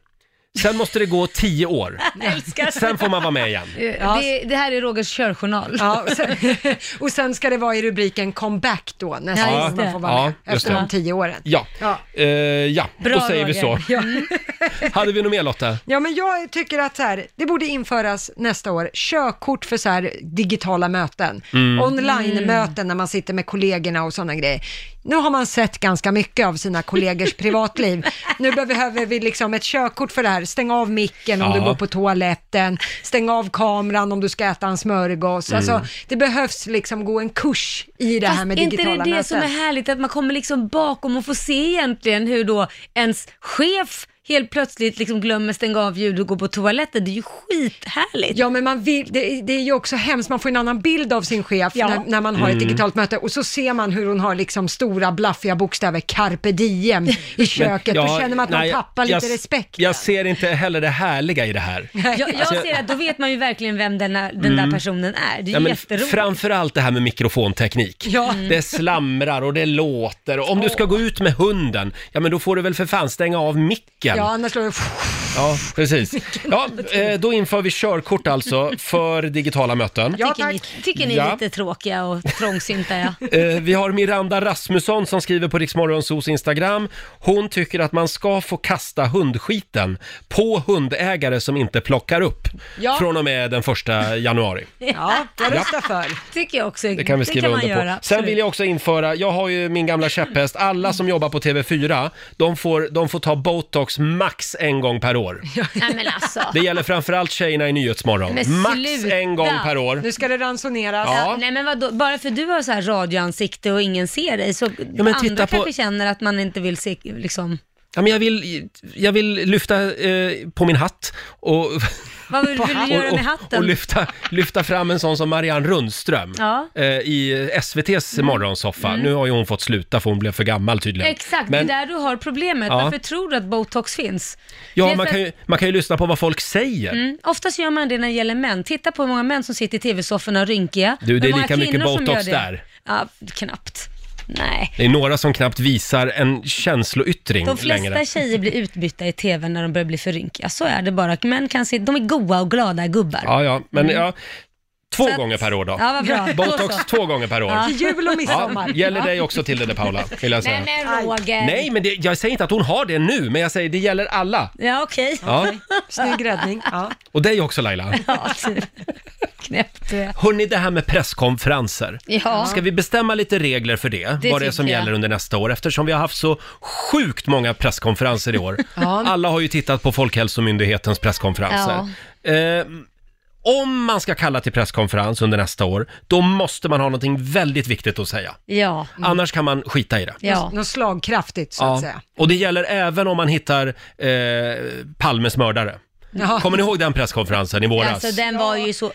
A: Sen måste det gå tio år.
D: Jag älskar det.
A: Sen får man vara med igen.
D: det. Det här är Rogers körjournal.
B: Ja, och, sen, och sen ska det vara i rubriken comeback då, nästa
D: Ja,
B: gång
D: just
B: man
D: det.
B: får vara
A: Ja,
B: med,
A: just
B: efter
A: det.
B: de tio åren.
A: Ja,
B: Ja.
A: Eh, ja.
D: Bra,
A: då säger vi så.
D: Roger.
A: Hade vi något mer Lotta?
B: Ja, men jag tycker att så här, det borde införas nästa år körkort för så här digitala möten. Online-möten när man sitter med kollegorna och sådana grejer. Nu har man sett ganska mycket av sina kollegors privatliv. Nu behöver vi liksom ett körkort för det här. Stäng av micken om
A: Ja.
B: du går på toaletten. Stäng av kameran om du ska äta en smörgås. Alltså, det behövs liksom gå en kurs i det här med
D: inte
B: digitala
D: det det
B: möten.
D: som är härligt, att man kommer liksom bakom och får se egentligen hur då ens chef helt plötsligt liksom glömmer stänga av ljud och gå på toaletten. Det är ju skithärligt.
B: Ja, men man vill, det, det är ju också hemskt, man får en annan bild av sin chef
D: Ja.
B: när, när man har
A: Mm.
B: ett digitalt möte och så ser man hur hon har liksom stora blaffiga bokstäver, carpe diem, i köket.
A: Ja,
B: Då känner man att
A: nej,
B: man tappar
A: jag-
B: lite respekt. Mm.
A: Jag ser inte heller det härliga i det här.
D: Jag, jag
A: Alltså,
D: ser att då vet man ju verkligen vem denna, den där personen är.
A: Mm.
D: Det är
A: Ja,
D: ju
A: men
D: jätteroligt.
A: framförallt det här med mikrofonteknik. Mm.
B: Ja.
A: Det slamrar och det låter. Och om du ska gå ut med hunden, ja men då får du väl för fan stänga av micken.
B: Ja, annars slår det...
A: Ja, precis. Ja, eh, då inför vi körkort alltså för digitala möten.
B: Ja,
D: tycker, ni,
B: tack.
D: tycker ni
A: Ja.
D: är lite tråkiga och trångsynta, ja.
A: Eh, Vi har Miranda Rasmusson som skriver på Riksmorgonsos Instagram. Hon tycker att man ska få kasta hundskiten på hundägare som inte plockar upp
B: Ja.
A: från och med den första januari.
B: Ja, jag röstar för.
D: tycker jag också.
A: Det kan vi skriva
D: man
A: under på.
D: göra,
A: Sen
D: absolut.
A: vill jag också införa, jag har ju min gamla käpphäst, alla som jobbar på TV4, de får, de får ta botox max en gång per år.
D: Nej men alltså.
A: Det gäller framförallt tjejerna i Nyhetsmorgon.
D: Men
A: Max
D: sluta.
A: en gång per år.
B: Nu ska det ransoneras.
A: Ja.
D: Nej men vadå, bara för du har så här radioansikte och ingen ser dig så
A: men
D: andra
A: titta på-
D: kanske känner att man inte vill se liksom.
A: Ja, men jag, vill, jag vill lyfta eh, på min hatt och,
D: Vad vill, vill du göra
A: och,
D: med
A: och,
D: hatten?
A: och lyfta, lyfta fram en sån som Marianne Rundström
D: Ja. Mm.
A: eh, i SVTs morgonsoffa. Nu har ju hon fått sluta för hon blev för gammal tydligen.
D: Exakt,
A: Men-
D: det är där du har problemet.
A: Ja.
D: Varför tror du att botox finns? Det
A: Ja,
D: är
A: man
D: för
A: kan, ju, man kan ju lyssna på vad folk säger.
D: Mm. Oftast gör man det när det gäller män. Titta på hur många män som sitter i tv-sofforna och rynkiga.
A: Du, det
D: Hur
A: är
D: många
A: lika mycket
D: kvinnor som
A: botox
D: gör det.
A: där.
D: Ja, knappt. Nej.
A: Det är några som knappt visar en känsloyttring
D: De flesta
A: längre.
D: tjejer blir utbytta i tv när de börjar bli för rynkiga. Så är det bara. Män kan se, de är goa och glada gubbar.
A: Ja, ja, men ja, två
D: Mm. Så att-
A: gånger per år då.
D: Ja, vad bra. Då
A: Botox
D: så.
A: två gånger per år.
D: Ja.
B: Till jul och midsommar.
A: Ja, gäller dig också till det där Paula, vill jag säga.
D: Nej men Roger.
A: Nej, men det, jag säger inte att hon har det nu, men jag säger det gäller alla.
D: Ja okej.
A: Ja.
B: Snygg räddning. Ja.
A: Och dig också Laila.
D: Ja, typ. Knäppt det.
A: Hörni, det här med presskonferenser.
D: Ja.
A: Ska vi bestämma lite regler för det?
D: Det
A: vad det är
D: tycker
A: som
D: jag.
A: gäller under nästa år eftersom vi har haft så sjukt många presskonferenser i år. Alla har ju tittat på Folkhälsomyndighetens presskonferenser. Eh, om man ska kalla till presskonferens under nästa år, då måste man ha någonting väldigt viktigt att säga.
D: Ja.
A: Annars kan man skita i det.
D: Mm. Ja.
B: Något slagkraftigt så att säga.
A: Och det gäller även om man hittar eh, Palmes mördare.
B: Ja.
A: Kommer ni ihåg den presskonferensen i våras?
D: Alltså den var ju så...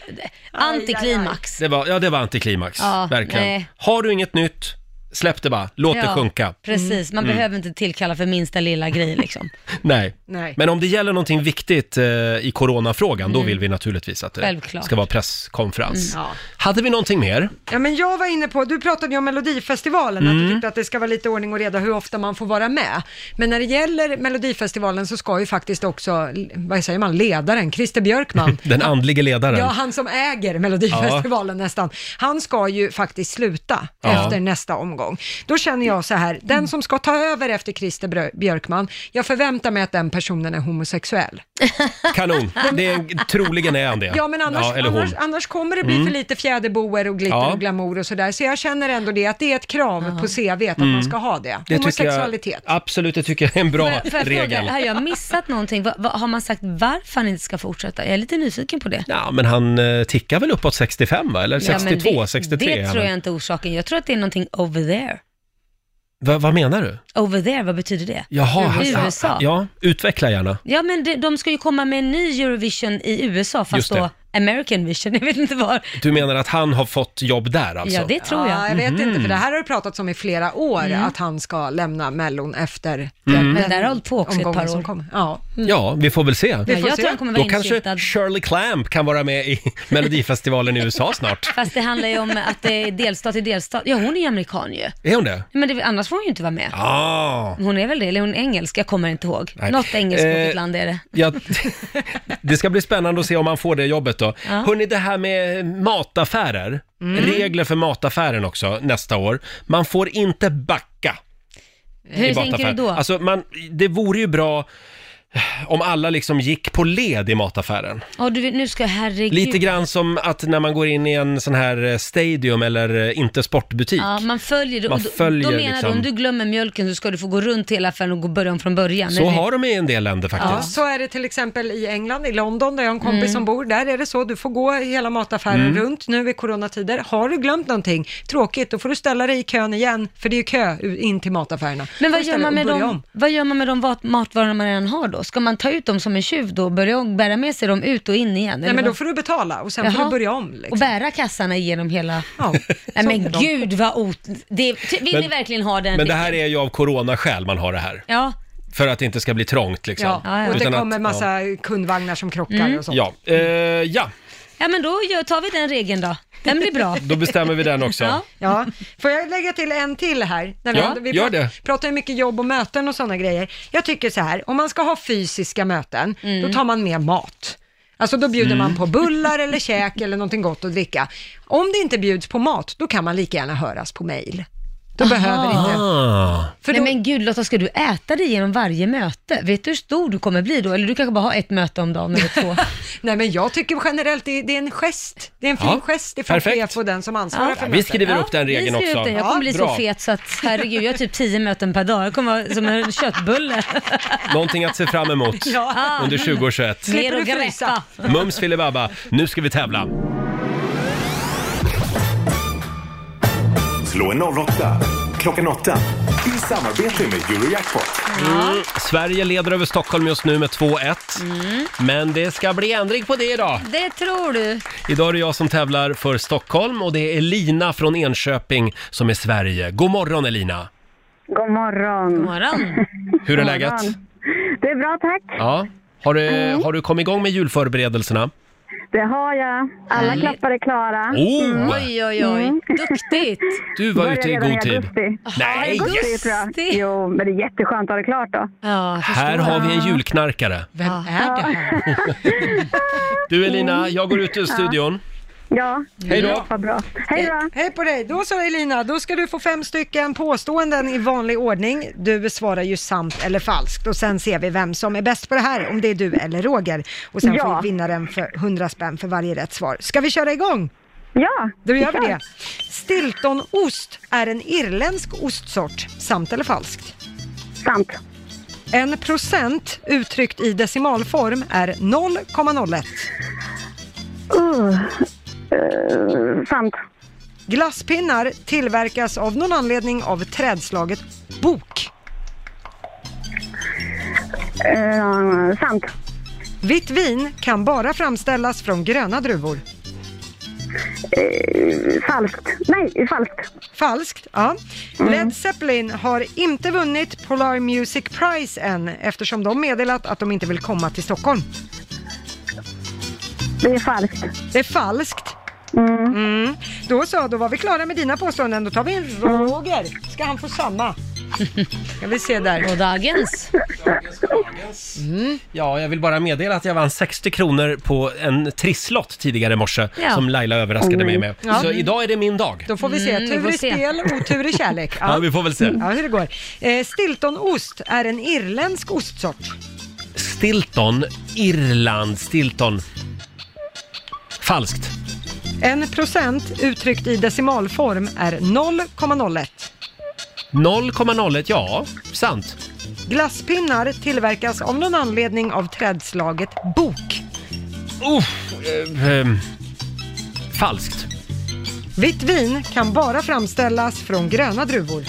D: Antiklimax.
A: Det var, ja, det var antiklimax.
D: Ja,
A: verkligen.
D: nej.
A: Har du inget nytt, släpp det bara. Låt det
D: Ja.
A: sjunka. Mm.
D: Precis, man behöver inte tillkalla för minsta lilla grej liksom.
A: Nej.
B: Nej.
A: Men om det gäller någonting viktigt eh, i coronafrågan, då vill vi naturligtvis att det
D: Mm. Självklart. Mm,
A: ska vara presskonferens.
B: Ja.
A: Hade vi någonting mer?
B: Ja, men jag var inne på, du pratade ju om Melodifestivalen, att du tyckte att det ska vara lite ordning och reda hur ofta man får vara med. Men när det gäller Melodifestivalen så ska ju faktiskt också, vad säger man, ledaren, Christer Björkman,
A: Den andlige ledaren.
B: ja han som äger Melodifestivalen nästan, han ska ju faktiskt sluta
A: Ja.
B: efter nästa omgång. Då känner jag så här, den som ska ta över efter Christer Brö- Björkman, jag förväntar mig att den personen är homosexuell.
A: Kanon. Det är, troligen är han det.
B: Ja, men annars,
A: Ja, eller hon.
B: annars, annars kommer det bli
D: Mm.
B: för lite fjäderboer och glitter
A: Ja.
B: och glamour och sådär. Så jag känner ändå det, att det är ett krav på CV att man ska
D: Mm.
B: ha det.
A: Det tycker jag,
B: Homosexualitet.
A: absolut, det tycker jag är en bra
D: Får jag- får jag fråga,
A: regel.
D: Har jag missat någonting? Vad- vad- har man sagt varför han inte ska fortsätta? Jag är lite nyfiken på det.
A: Ja, men han eh, tickar väl uppåt 65 va? Eller 62,
D: men det,
A: 63?
D: Det
A: är
D: tror
A: han.
D: jag inte är orsaken. Jag tror att det är någonting over there.
A: Va, vad menar du?
D: Over there, vad betyder det?
A: Jaha,
D: I
A: han-
D: USA.
A: han- ja, utveckla gärna.
D: Ja, men det, de ska ju komma med en ny Eurovision i USA,
A: Just
D: fast
A: det.
D: då American Vision. Jag vet inte var.
A: Du menar att han har fått jobb där alltså?
D: Ja, det tror
B: Ja,
D: jag. Mm.
B: jag vet inte, för det här har det pratats om i flera år, att han ska lämna Mellon efter den,
D: Mm. Men det här har hållit på också ett
B: omgången
D: par
B: som
D: år.
B: kommer. Ja.
A: Ja, vi får väl se.
D: Ja,
B: får
D: jag
B: se.
D: tror han kommer
A: Då
D: vara
A: kanske
D: insyltad.
A: Shirley Clamp kan vara med i Melodifestivalen i USA snart.
D: Fast det handlar ju om att det är delstat till delstat. Ja, hon är ju amerikan ju.
A: Är hon det?
D: Men det, annars får hon ju inte vara med.
A: Ah.
D: Hon är väl det, eller hon är engelsk? Jag kommer inte ihåg.
A: Nej.
D: Något engelskspråkigt
A: Eh,
D: land är det.
A: Ja, det ska bli spännande att se om han får det jobbet då. Hörni, det här med mataffärer,
D: Mm.
A: regler för mataffären också nästa år. Man får inte backa
D: Hur
A: i
D: tänker du
A: mataffären.
D: då?
A: Alltså, man, det vore ju bra om alla liksom gick på led i mataffären.
D: Åh, du, vet- nu ska jag, herregud.
A: Lite grann som att när man går in i en sån här eh, stadium eller eh, inte sportbutik.
D: Ja, man följer det.
A: Man
D: och då,
A: följer
D: då menar
A: liksom-
D: du om du glömmer mjölken så ska du få gå runt hela affären och gå börja om från början.
A: Så
D: eller?
A: har de i en del länder
B: Ja,
A: faktiskt.
B: så är det till exempel i England, i London, där jag har en
D: Mm.
B: kompis som bor. Där är det så, du får gå hela mataffären runt nu i coronatider. Har du glömt någonting, tråkigt, då får du ställa dig i kön igen, för det är ju kö in till mataffärerna.
D: Men
B: Får
D: vad
B: du
D: gör,
B: ställa
D: man
B: och
D: med
B: börja
D: de,
B: om.
D: vad gör man med de vat- matvarorna man redan har då? Ska man ta ut dem som en tjuv då och börja om- bära med sig dem ut och in igen?
B: Nej,
D: eller
B: men då
D: vad?
B: får du betala och sen får
D: Jaha.
B: du börja om. Liksom.
D: Och bära kassarna igenom hela...
B: Ja,
D: Nej
B: så
D: men
B: gör de.
D: gud vad ot... Det... ty- Vill
A: Men-
D: ni verkligen ha den?
A: Men det här är ju av coronaskäl man har det här.
D: Ja,
A: För att det inte ska bli trångt liksom.
B: Ja,
D: Ja, Mm. ja.
B: och det
A: Utan att-
B: kommer
A: ja.
B: massa kundvagnar som krockar och sånt.
A: Ja, eh, ja,
D: ja men då gör- tar vi den regeln då. Den blir bra.
A: då bestämmer vi den också.
D: Ja.
B: Ja. Får jag lägga till en till här? När
A: Ja,
B: vi
A: gör
B: prat-
A: det.
B: pratar ju mycket jobb och möten och sådana grejer. Jag tycker så här, om man ska ha fysiska möten,
D: Mm.
B: då tar man med mat. Alltså då bjuder
A: Mm.
B: man på bullar eller käk eller någonting gott att dricka. Om det inte bjuds på mat, då kan man lika gärna höras på mail. Du behöver inte.
A: Ah.
B: För
D: Nej
B: då,
D: men gud Lotta, ska du äta dig igenom varje möte? Vet du hur stor du kommer bli då? Eller du kanske bara har ett möte om dagen eller två.
B: nej, men jag tycker generellt det är, det är en gest. Det är en fin
A: Ja,
B: gest. Det får
A: perfekt.
B: chef och den som ansvarar
D: Ja,
B: för
A: vi
B: mötet.
A: skriver- upp den regeln
D: vi skriver
A: också.
D: Upp den. Jag kommer
B: Ja,
D: bli
A: bra.
D: så fet så att herregud, jag har typ tio möten per dag. Jag kommer vara som en köttbulle.
A: Någonting att se fram emot
D: Ah,
A: under 2021.
D: Mer
B: Slipper
D: att
B: du frysa?
D: greppa.
A: Mums filibabba, nu ska vi tävla.
C: Slå en 08 klockan 8 i samarbete med Eurojackpot.
A: Mm. Sverige leder över Stockholm just nu med 2-1.
D: Mm.
A: Men det ska bli ändring på det idag.
D: Det tror du.
A: Idag är det jag som tävlar för Stockholm och det är Elina från Enköping som är Sverige. God morgon Elina!
G: God morgon.
D: God morgon.
A: Mm. Hur är läget?
G: Det är bra, tack.
A: Ja. Har du, har du kommit igång med julförberedelserna?
G: Det har jag. Alla
A: Mm.
G: klappar är klara.
A: Oh!
D: Oj, oj, oj.
G: Mm.
D: Duktigt.
A: Du var ute i
G: Börjar redan
A: god tid.
G: augusti.
A: Nej!
G: Det är, tror jag.
D: Det-
G: Jo, men det är jätteskönt att ha det klart då.
D: Ja, jag förstår.
A: Här har vi en julknarkare.
B: Vem är det här?
A: Du Elina, jag går ut ur studion.
G: Ja,
A: Hej då!
G: vad bra. Hej då!
B: Hej på dig! Då så Elina, då ska du få fem stycken påståenden i vanlig ordning. Du besvarar ju sant eller falskt och sen ser vi vem som är bäst på det här, om det är du eller Roger. Och sen
G: Ja.
B: får ju vinnaren för 100 spänn för varje rätt svar. Ska vi köra igång?
G: Ja,
B: Då gör vi
G: kör.
B: det. Stiltonost är en irländsk ostsort, sant eller falskt?
G: Sant.
B: En procent uttryckt i decimalform är 0,01.
G: Uh, eh, sant.
B: Glasspinnar tillverkas av någon anledning av trädslaget bok.
G: Eh, sant.
B: Vitt vin kan bara framställas från gröna druvor.
G: Eh, falskt. Nej, falskt.
B: Falskt, ja. Led Zeppelin har inte vunnit Polar Music Prize än eftersom de meddelat att de inte vill komma till Stockholm.
G: Det är falskt.
B: Det är falskt. Mm. Då så, då var vi klara med dina påståenden. Då tar vi en Roger. Ska han få samma? Ska vi se där.
D: Och dagens.
A: Ja, jag vill bara meddela att jag vann 60 kronor på en trisslott tidigare i morse
D: Ja.
A: som Laila överraskade mig med.
B: Ja.
A: Så idag är det min dag.
B: Då får vi se.
D: Mm, vi
B: Tur
D: får
B: i
D: se.
B: spel, otur i kärlek.
A: Ja, vi får väl se.
B: Ja, hur det går. Eh, Stiltonost är en irländsk ostsort.
A: Stilton, Irland, Stilton. Falskt.
B: En procent uttryckt i decimalform är 0,01.
A: 0,01, ja, sant.
B: Glasspinnar tillverkas av någon anledning av trädslaget bok.
A: Uff, eh, ehm, falskt.
B: Vitt vin kan bara framställas från gröna druvor.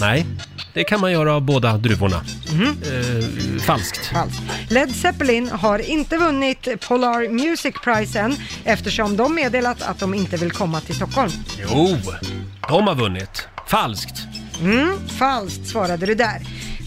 A: Nej, det kan man göra av båda druvorna. Eh, falskt.
B: Falskt. Alltså. Led Zeppelin har inte vunnit Polar Music Prize än eftersom de meddelat att de inte vill komma till Stockholm.
A: Jo, de har vunnit. Falskt.
B: Mm, falskt svarade du där.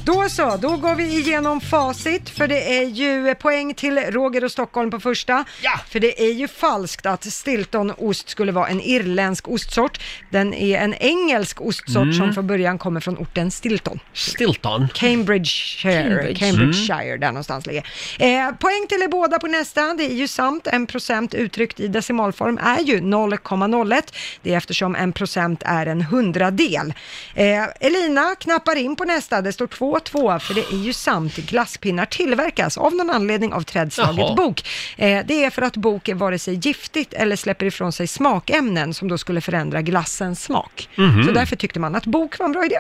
B: Då så, då går vi igenom facit för det är ju poäng till Roger och Stockholm på första.
A: Ja!
B: För det är ju falskt att stiltonost skulle vara en irländsk ostsort. Den är en engelsk ostsort som från början kommer från orten Stilton.
A: Stilton.
B: Cambridgeshire,
D: Cambridge.
B: Cambridgeshire där någonstans ligger. Eh, poäng till er båda på nästa, det är ju sant, en procent uttryckt i decimalform är ju 0,01. Det är eftersom en procent är en hundradel. Eh, Elina knappar in på nästa, det står 2-2, för det är ju sant, glasspinnar tillverkas av någon anledning av trädslaget
A: Jaha.
B: bok. Eh, det är för att bok är vare sig giftigt eller släpper ifrån sig smakämnen som då skulle förändra glassens smak.
A: Mhm.
B: Så därför tyckte man att bok var en bra idé.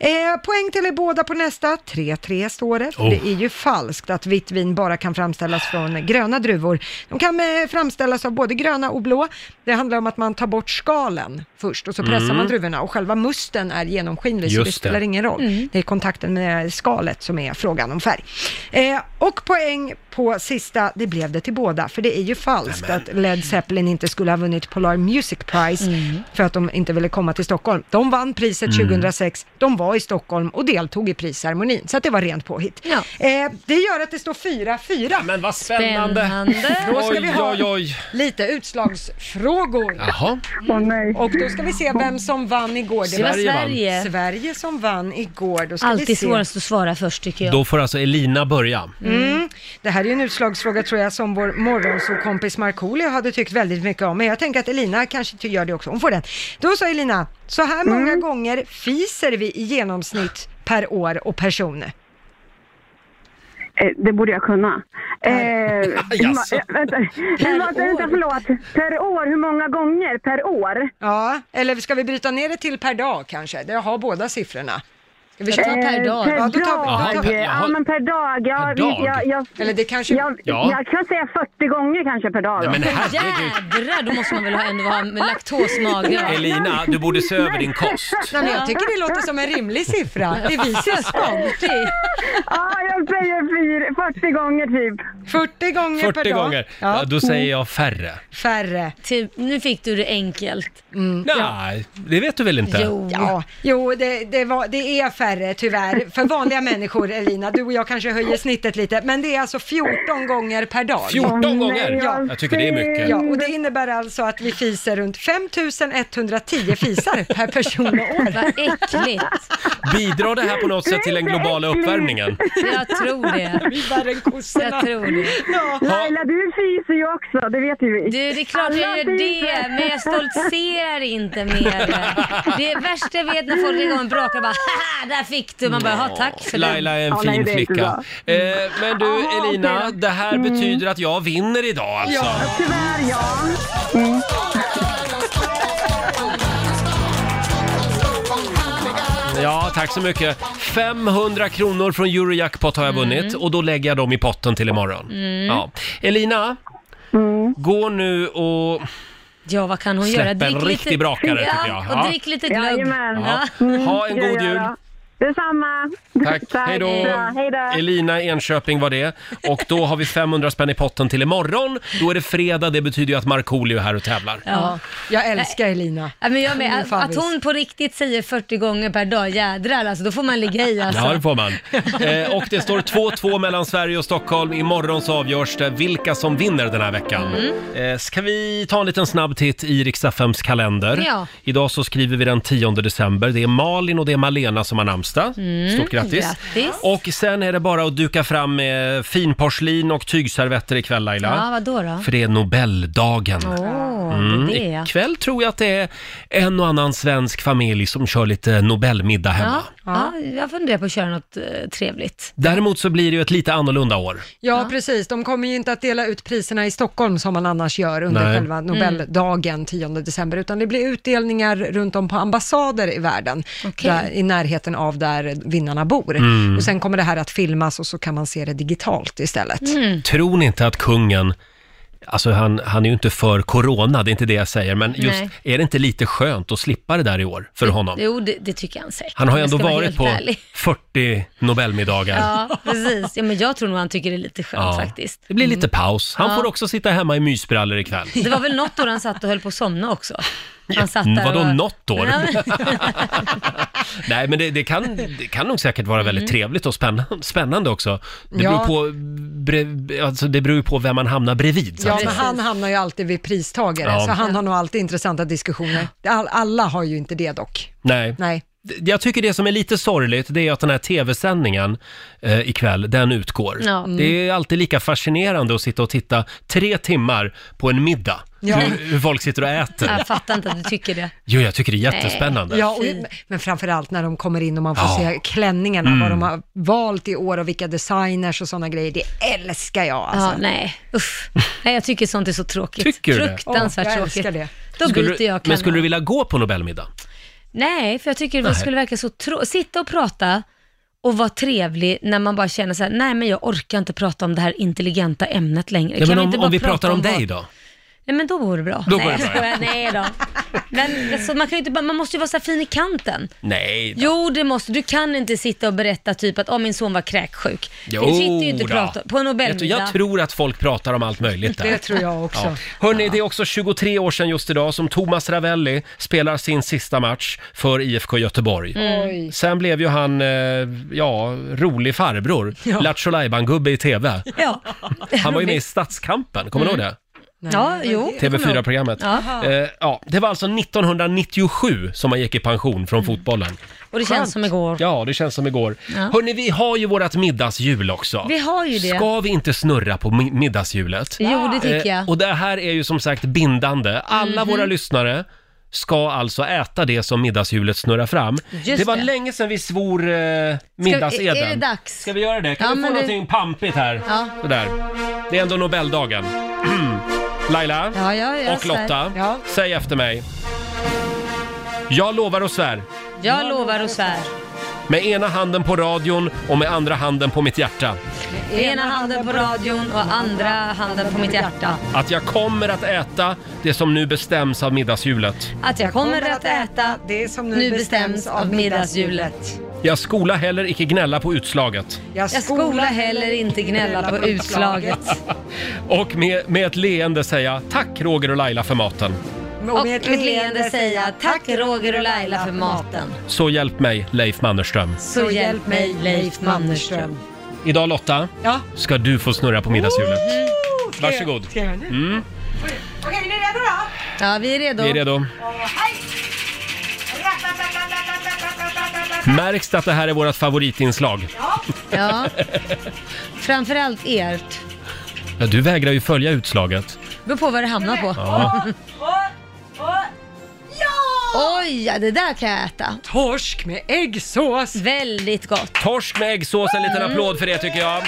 B: Eh, poäng till er båda på nästa. 3-3 står det. För
A: Oh.
B: Det är ju falskt att vitt vin bara kan framställas från gröna druvor. De kan eh, framställas av både gröna och blå. Det handlar om att man tar bort skalen först och så pressar man druvorna och själva musten är genomskinlig så
A: Mm. Just
B: det
A: det.
B: spelar ingen roll.
D: Mm.
B: Det är kontakten med skalet som är frågan om färg. Eh, och poäng på sista, det blev det till båda, för det är ju falskt att Led Zeppelin inte skulle ha vunnit Polar Music Prize
D: Mm.
B: för att de inte ville komma till Stockholm. De vann
A: Mm.
B: priset 2006, de var i Stockholm och deltog i prisceremonin, så att det var rent påhitt.
D: Ja.
B: Eh, det gör att det står 4-4.
A: Men vad spännande!
D: Spännande.
B: Då ska
A: Oj,
B: vi ha
A: oj, oj.
B: lite utslagsfrågor.
A: Jaha.
G: Åh nej.
B: Och då ska vi se vem som vann igår.
D: Det var
A: Sverige vann.
D: Sverige.
B: Sverige som vann igår. Då ska vi
D: Alltid
B: se.
D: svåra helst att svara först tycker jag.
A: Då får alltså Elina börja.
B: Mm. Det här är ju en utslagsfråga tror jag som vår morgonsåkompis Markoolio hade tyckt väldigt mycket om, men jag tänker att Elina kanske ty- gör det också. Hon får den. Då sa Elina, så här många gånger fiser vi i genomsnitt per år och person?
G: Eh, det borde jag kunna. Eh, hur ma-
A: Jaså.
G: eh, vänta, hur ma-
D: Per
G: vänta,
D: år.
G: förlåt. Per år, hur många gånger per år?
B: Ja, eller ska vi bryta ner det till per dag kanske? Jag har båda siffrorna. Ska vi
D: Jag
B: köra
D: tror-
G: Eh,
D: per dag.
G: Per
B: Ja,
G: dag.
B: då tar vi- då
A: tar vi-
G: Ja, men per dag. Jag,
A: Per dag?
G: Jag, jag,
B: Eller det kanske-
G: Jag,
A: Ja.
G: jag kan säga 40 gånger kanske per dag. då.
A: Nej, men herregud.
D: Jädrar, då måste man väl ha- ändå ha en laktosmage.
A: Elina, du borde se över din kost.
B: Nej, men jag tycker det låter som en rimlig siffra. Det är vi syskon.
G: Ja, jag säger fyr- 40 gånger typ.
B: 40 gånger per
A: 40
B: dag.
A: gånger. Ja,
B: Ja,
A: då säger jag färre.
B: färre.
D: Typ, nu fick du det enkelt.
A: Nej, det vet du väl inte?
D: Jo.
B: Ja, jo, det, det, var, det är färre tyvärr för vanliga människor, Elina. Du och jag kanske höjer snittet lite, men det är alltså 14 gånger per dag.
A: 14
G: Nej,
A: gånger!
G: jag
A: Jag tycker det är mycket.
B: Ja, och det innebär alltså att vi fiser runt 5110 fisar per person och år.
D: Vad äckligt.
A: Bidrar det här på något sätt till den globala uppvärmningen?
D: Jag tror det.
B: Vi är värre än kossorna.
D: Jag tror det.
G: Laila, du fiser ju också, det vet ju vi.
D: Du, det är klart jag gör det, men jag stoltserar inte med det. Det värsta jag vet när folk ringer och brakar och bara haha, där fick du. Man bara, "Ja, tack för det.
A: Laila är en
G: Ja, nej,
A: fin
G: det är inte
A: flicka. Eh, men du
G: Jaha,
A: Elina,
G: okej då.
A: det här betyder att jag vinner idag alltså.
G: Tyvärr, ja.
A: Ja, tack så mycket. 500 kronor från Eurojackpot har jag
G: Mm.
A: vunnit och då lägger jag dem i potten till imorgon. Ja. Elina, gå nu och
D: Ja, vad kan hon göra?
A: släpp en
D: Drick
A: riktig
D: lite,
A: brakare tycker jag.
D: ja, och drick lite glögg.
G: Jajamän.
A: Ja. Ha en
G: Ska jag
A: god jul.
G: göra. Detsamma.
A: Tack, hej då.
G: Ja, Hej då.
A: Elina i Enköping var det. Och då har vi 500 spänn i potten till imorgon. Då är det fredag, det betyder ju att Markoolio är här och tävlar.
D: Ja.
B: Jag älskar Elina.
D: Ja, men jag med,
B: Hon är
D: att,
B: fan
D: att hon på riktigt säger 40 gånger per dag, jädrar alltså, då får man ligga i alltså.
A: Ja, det får man. Eh, och det står 2-2 mellan Sverige och Stockholm. Imorgon så avgörs det vilka som vinner den här veckan.
D: Mm.
A: Eh, ska vi ta en liten snabb titt i Riks-FMs kalender?
D: Ja.
A: Idag så skriver vi den 10 december. Det är Malin och det är Malena som har namnsdag. Stort grattis.
D: Mm, grattis.
A: Och sen är det bara att duka fram eh, finporslin och tygservetter ikväll Laila.
D: Ja, vadå då?
A: För det är Nobeldagen. Mm,
D: Åh, det är det ja.
A: Ikväll tror jag att det är en och annan svensk familj som kör lite Nobelmiddag hemma.
D: Ja, ja, jag funderar på att köra något eh, trevligt.
A: Däremot så blir det ju ett lite annorlunda år.
B: Ja, precis. De kommer ju inte att dela ut priserna i Stockholm som man annars gör under
A: Nej. Mm.
B: själva Nobeldagen 10 december, utan det blir utdelningar runt om på ambassader i världen,
D: Okej.
B: där, i närheten av där vinnarna bor.
A: Mm.
B: Och sen kommer det här att filmas och så kan man se det digitalt istället.
D: Mm.
A: Tror ni inte att kungen, alltså han, han är ju inte för corona, det är inte det jag säger, men just
D: Nej. Mm.
A: är det inte lite skönt att slippa det där i år för honom?
D: Jo, det, det tycker han säkert.
A: Han har ju
D: Jag
A: ändå
D: ska vara
A: varit
D: helt
A: på
D: ärlig.
A: 40 Nobelmiddagar.
D: Ja, precis. Ja, men jag tror nog han tycker det är lite skönt
A: Ja.
D: faktiskt. Mm.
A: Det blir lite paus. Han
D: Ja.
A: får också sitta hemma i mysbrallor ikväll.
D: Det var väl något år han satt och höll på att somna också. Han satt
A: Mm,
D: där
A: vadå
D: och...
A: något år?
D: Ja, men-
A: Nej, men det, det, kan, det kan nog säkert vara
D: Mm.
A: väldigt trevligt och spännande, spännande också. Det
B: Ja.
A: beror på, bre, alltså det beror ju på vem man hamnar bredvid. Så
B: Ja,
A: att
B: men
A: säga.
B: han hamnar ju alltid vid pristagare,
A: Ja.
B: så han har nog alltid intressanta diskussioner. All, alla har ju inte det dock.
A: Nej.
B: Nej.
A: D- Jag tycker det som är lite sorgligt, det är att den här tv-sändningen eh, ikväll, den utgår.
D: Ja. Mm.
A: Det är alltid lika fascinerande att sitta och titta tre timmar på en middag.
B: Ja.
A: Hur, hur folk sitter och äter.
D: Jag fattar inte att du tycker det.
A: Jo, jag tycker det är jättespännande.
B: Ja, och, men framförallt när de kommer in och man får
A: Ja. Mm.
B: se klänningarna, vad de har valt i år och vilka designers och sådana grejer. Det älskar jag alltså.
D: Ja, nej. Usch. nej, jag tycker sånt är så tråkigt.
A: Tycker du det?
D: Fruktansvärt
B: Åh, jag
D: tråkigt.
B: älskar det.
D: Då
A: Skulle
D: byter
A: du,
D: jag
A: men
D: kanal.
A: skulle du vilja gå på Nobelmiddag?
D: Nej, för jag tycker det
A: Nej.
D: skulle verka så tråkigt. Sitta och prata och vara trevlig när man bara känner så här, nej men jag orkar inte prata om det här intelligenta ämnet längre.
A: Ja, men
D: vi
A: om,
D: inte bara
A: om vi pratar om
D: vad-
A: dig då?
D: Nej men då vore det bra.
A: Då
D: nej,
A: går det
D: jag
A: bra,
D: skojar. nej då. Men, alltså, man, kan ju inte, bara- man måste ju vara så här fin i kanten.
A: Nej. då.
D: Jo, det måste du. kan inte sitta och berätta typ att oh, min son var kräksjuk. det sitter ju inte och
A: då.
D: pratar på
A: Vet
D: en
A: du,
D: Nobelmiddag.
A: Jag tror att folk pratar om allt möjligt där.
B: Det tror jag också.
A: Ja. Hörni, det är också 23 år sedan just idag som Thomas Ravelli spelar sin sista match för IFK
D: Mm.
A: Göteborg.
B: Oj.
A: Sen blev ju han, eh, ja, rolig farbror. Lattjo Lajban-gubbe i TV.
D: Ja. Mm.
A: Han var ju med i Stadskampen, kommer du ihåg det?
B: Nej,
D: Ja,
B: vad är
D: jo.
B: det?
A: TV4-programmet.
D: Ja.
A: Eh, ja, det var alltså 1997 som man gick i pension
D: Mm.
A: från fotbollen.
D: Och det känns som igår.
A: Ja, det känns som igår.
D: Ja.
A: Hörni, vi har ju vårt middagshjul också.
D: Vi har ju det.
A: Ska vi inte snurra på mi- middagshjulet?
D: Jo, det tycker
A: Eh,
D: jag. Mhm.
A: Och det här är ju som sagt bindande. Alla våra lyssnare ska alltså äta det som middagshjulet snurrar fram.
D: Just
A: det var
D: det.
A: länge sedan vi svor eh, middagseden.
D: Är det dags?
A: Ska vi göra det? Kan
D: Ja,
A: vi få
D: men det-
A: någonting pampigt här?
D: Ja.
A: Sådär. Det är ändå Nobeldagen. Laila
D: Ja, ja, jag
A: och
D: svär.
A: Lotta,
B: Ja.
A: säg efter mig. Jag lovar och svär,
D: Jag lovar och svär.
A: med ena handen på radion och med andra handen på mitt hjärta,
D: Ena handen på radion och andra handen på mitt hjärta.
A: att jag kommer att äta det som nu bestäms av middagshjulet.
D: Att jag kommer att äta
B: det som
D: nu bestäms av middagshjulet.
A: Jag skola heller icke gnälla på utslaget.
D: Jag skola heller inte gnälla på utslaget.
A: Och med, med ett leende säga tack Roger och Laila för maten.
D: Och med ett leende säga tack Roger och Laila för maten.
A: Så hjälp mig Leif Mannerström.
D: Så hjälp mig Leif Mannerström.
A: Idag Lotta,
B: Ja.
A: ska du få snurra på middagshjulet.
B: Ska jag-
A: Mm. Varsågod. Mm.
B: Ska jag göra nu? Okej, är ni redo då?
D: Ja, vi är redo.
A: Vi är redo. Märks det att det här är vårt favoritinslag?
D: Ja. Framförallt ert.
A: Ja, du vägrar ju följa utslaget.
D: Beror på vad det hamnar på.
A: Ja.
D: Oj, ja, det där kan jag äta.
B: Torsk med äggsås.
D: Väldigt gott.
A: Torsk med äggsås, en
D: Mm.
A: liten applåd för det tycker jag.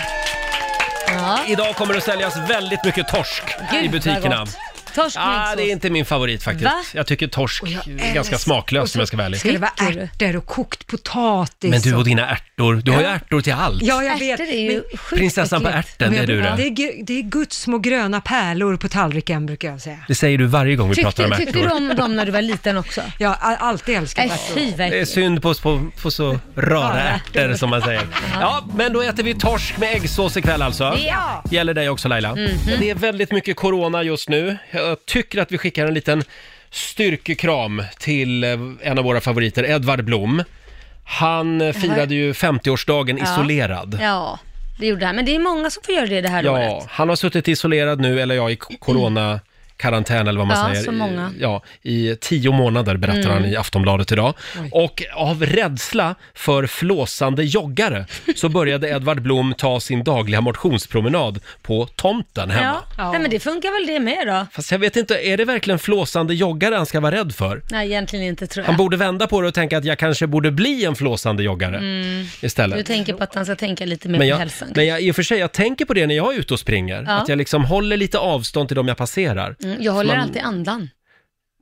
D: Ja.
A: Idag kommer det att säljas väldigt mycket torsk i
D: Gud, vad
A: butikerna.
D: gott. Torsk med
A: Ah, det är
D: äggsås.
A: inte min favorit faktiskt.
D: Va?
A: Jag tycker torsk är ganska
B: älskar- och
A: smaklöst
B: så-
A: om jag ska vara ärlig.
B: Ska det vara
D: Tycker du?
B: ärtor och kokt potatis?
A: Men du och dina ärtor, du har ju ärtor till allt.
B: Ja, jag vet.
D: Ärtor är ju
B: Men-
D: sjukt
A: Prinsessan på
D: äckligt.
A: ärten, det är du
B: det.
A: det.
B: är, gu- det är Guds små gröna pärlor på tallriken brukar jag säga.
A: Det säger du varje gång vi pratar om
D: Tyckte, tyckte du
A: ärtor.
D: om dem när du var liten också?
B: Jag har alltid älskat
D: Nej,
B: ärtor.
D: Äh, fy vad
A: Det är
D: äckligt.
A: synd på, på, på så rara ärtor som man säger. Ja, men då äter vi torsk med äggsås ikväll alltså.
D: Ja.
A: Gäller dig också Laila. Det är väldigt mycket corona just nu. Jag tycker att vi skickar en liten styrkekram till eh, en av våra favoriter, Edvard Blom. Han eh, firade ju 50-årsdagen isolerad.
D: Ja, det gjorde han. Men det är många som får göra det det här
A: Ja,
D: året.
A: han har suttit isolerad nu, eller ja, i corona karantän eller vad man
D: Ja,
A: säger.
D: så många. Mm.
A: I, ja, I tio månader berättar han i Aftonbladet idag. Och av rädsla för flåsande joggare så började Edvard Blom ta sin dagliga motionspromenad på tomten hemma.
D: Ja. Nej, men det funkar väl det med då?
A: Fast jag vet inte, är det verkligen flåsande joggare han ska vara rädd för?
D: Nej, egentligen inte tror
A: Han
D: jag.
A: borde vända på det och tänka att jag kanske borde bli en flåsande joggare istället.
D: Mm. Du tänker på att han ska tänka lite mer
A: Men
D: på
A: jag,
D: hälsan.
A: men jag, i och för sig, jag tänker på det när jag är ute och springer.
D: Ja.
A: Att jag liksom håller lite avstånd till dem jag passerar.
D: Mm, jag håller
A: man-
D: alltid andan.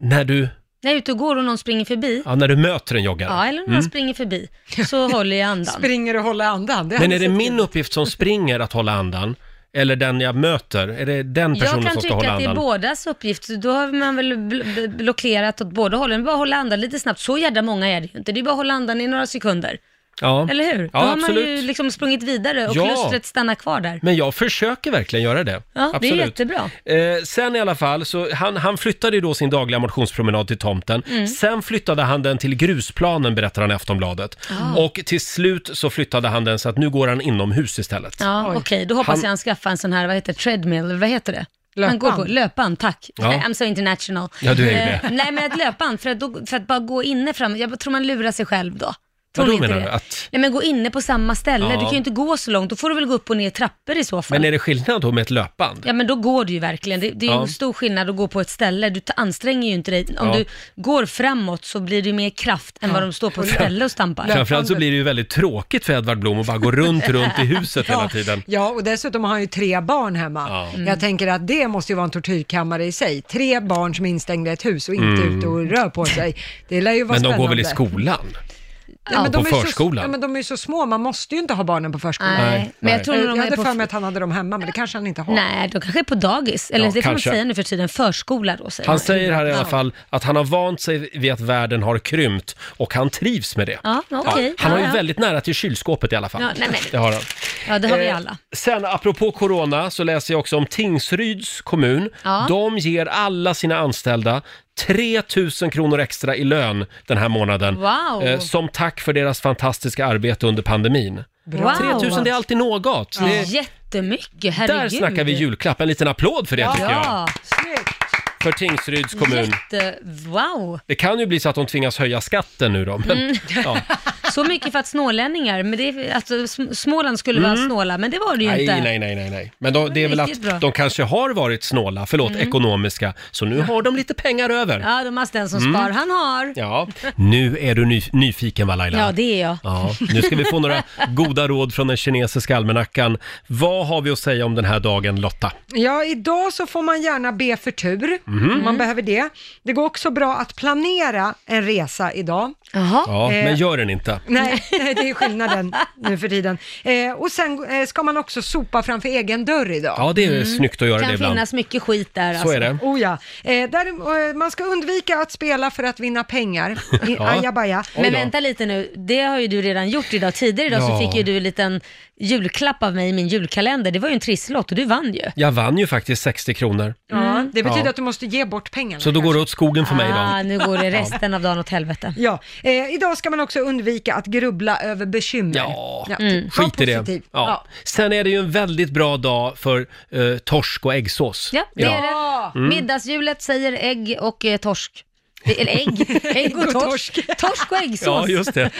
A: När, du,
D: När jag är ute och går och någon springer förbi, ja,
A: ja, mm. när du möter en joggare.
D: eller när man springer förbi, så håller jag andan.
B: Springer och håller andan. Det har
A: Men är
B: jag
A: det
B: sett
A: min
B: till.
A: uppgift som springer att hålla andan? Eller den jag möter? Är det den
D: Jag
A: personen
D: kan
A: som ska
D: tycka
A: hålla
D: att det är
A: andan?
D: bådas uppgift, så då har man väl bl- bl- blockerat åt båda hållen. Men Bara hålla andan lite snabbt, så jädra många är det ju inte. Det är bara att hålla andan i några sekunder,
A: Ja.
D: eller hur? då
A: Ja,
D: har
A: absolut.
D: man ju liksom sprungit vidare och
A: Ja.
D: klustret stannar kvar där.
A: Men jag försöker verkligen göra det.
D: Ja, det är
A: Absolut.
D: jättebra.
A: Eh, sen i alla fall, så han, han flyttade ju då sin dagliga motionspromenad till tomten.
D: Mm.
A: Sen flyttade han den till grusplanen, berättar han i Aftonbladet.
D: Ah.
A: Och till slut så flyttade han den så att nu går han inomhus istället.
D: Ja, okej. Då hoppas
A: Han-
D: jag han skaffar en sån här, vad heter det, treadmill, eller vad heter det? Han
B: Löpband.
D: går på, löpband, tack.
A: Ja.
D: I'm so international.
A: Ja, du är ju
D: Eh,
A: det.
D: Nej, men ett löpband, för att, då, för att bara gå inne fram, jag tror man lurar sig själv då. Tror
A: Vadå
D: ni inte
A: menar
D: det?
A: du? Att-
D: Nej, men gå inne på samma ställe,
A: Ja.
D: du kan ju inte gå så långt, då får du väl gå upp och ner i trappor i så fall.
A: Men är det skillnad då med ett löpband?
D: Ja men då går det ju verkligen. Det, det är ju
A: Ja.
D: en stor skillnad att gå på ett ställe. Du ta- anstränger ju inte dig. Om
A: Ja.
D: du går framåt så blir det ju mer kraft än vad de står på ett ställe och stampar.
A: Framförallt så blir det ju väldigt tråkigt för Edvard Blom att bara gå runt, runt i huset hela tiden.
B: Ja, och dessutom har han ju tre barn hemma.
A: Ja.
D: Mm.
B: Jag tänker att det måste ju vara en tortyrkammare i sig. Tre barn som är instängda i ett hus och inte ute och rör på sig. Det lär ju vara
A: Mm. Men de
B: spännande.
A: går väl i skolan?
B: Ja, men de
A: På
B: är ju
A: förskolan?
B: Så, ja, men de är ju så små, man måste ju inte ha barnen på förskolan.
D: Nej,
A: Nej,
D: men
A: nej.
D: jag tror nog
B: Jag
D: de är
B: hade
D: på...
B: för mig att han hade dem hemma, men det kanske han inte har.
D: Nej, de kanske är på dagis. Eller
A: Ja,
D: det får
A: kanske.
D: man säga nu för tiden, förskola då säger
A: Han
D: man.
A: säger här i alla fall att han har vant sig vid att världen har krympt och han trivs med det.
D: Ja, okej.
A: Han har ju
D: Ja, ja.
A: väldigt nära till kylskåpet i alla fall.
D: Ja, nej, men-
A: Det har han.
D: Ja, det har vi
A: Eh,
D: alla.
A: Sen apropå corona så läser jag också om Tingsryds kommun.
D: Ja.
A: De ger alla sina anställda 3 000 kronor extra i lön den här månaden.
D: Wow.
A: Eh, som tack för deras fantastiska arbete under pandemin.
D: Wow.
A: 3 000 det är alltid något. Det är,
D: jättemycket, herregud.
A: Där snackar vi julklapp. En liten applåd för det tycker jag.
D: Ja,
A: För Tingsryds kommun.
D: jätte, wow.
A: Det kan ju bli så att de tvingas höja skatten nu då. Men,
D: Mm,
A: ja.
D: Så mycket för att snålänningar, men det, är- alltså, Sm- Småland skulle vara snåla, men det var det ju
A: Mm. Nej,
D: inte.
A: nej, nej, nej, nej. Men de, det är väl att
D: Riktigt bra. Mm.
A: de kanske har varit snåla, förlåt, ekonomiska, så nu har de lite pengar över.
D: Ja, de har den som
A: Mm.
D: spar han har.
A: Ja, nu är du ny, nyfiken va Laila?
D: Ja, det är jag.
A: Ja, nu ska vi få några goda råd från den kinesiska almanackan. Vad har vi att säga om den här dagen Lotta?
B: Ja, idag så får man gärna be för tur, om
A: Mhm.
B: man behöver det. Det går också bra att planera en resa idag.
D: Jaha.
A: Ja,
B: Eh.
A: men gör den inte.
B: Nej, det är skillnaden nu för tiden. Eh, och sen eh, ska man också sopa framför egen dörr idag.
A: Ja, det är snyggt att göra
D: Det
A: det
D: Mm. kan
A: ibland.
D: finnas mycket skit där
A: Så
D: alltså.
A: är det.
B: Oh ja. Eh, där, eh, man ska undvika att spela för att vinna pengar. I,
A: Ja.
B: Ajabaja.
A: Oj
D: Men
A: då.
D: vänta lite nu, det har ju du redan gjort idag. Tidigare idag
A: Ja.
D: så fick ju du en liten julklapp av mig i min julkalender. Det var ju en trisslott och du vann ju.
A: Jag vann ju faktiskt 60 kronor,
B: Ja, Mm. det betyder
A: Ja.
B: att du måste ge bort pengarna.
A: så då går det åt skogen för mig idag.
D: Ah, nu går det resten av dagen åt helvete.
B: Ja, eh, idag ska man också undvika att grubbla över bekymmer.
A: Ja,
D: Mm.
B: var
A: Skit i det. Ja.
B: positiv.
A: Sen är det ju en väldigt bra dag för eh, torsk och äggsås.
D: Ja, det
A: idag.
D: är det.
A: Mm.
D: Middagshjulet säger ägg och eh, torsk. Det- Eller ägg, ägg och torsk. Torsk och
A: Ja,
D: äggsås.
A: just det.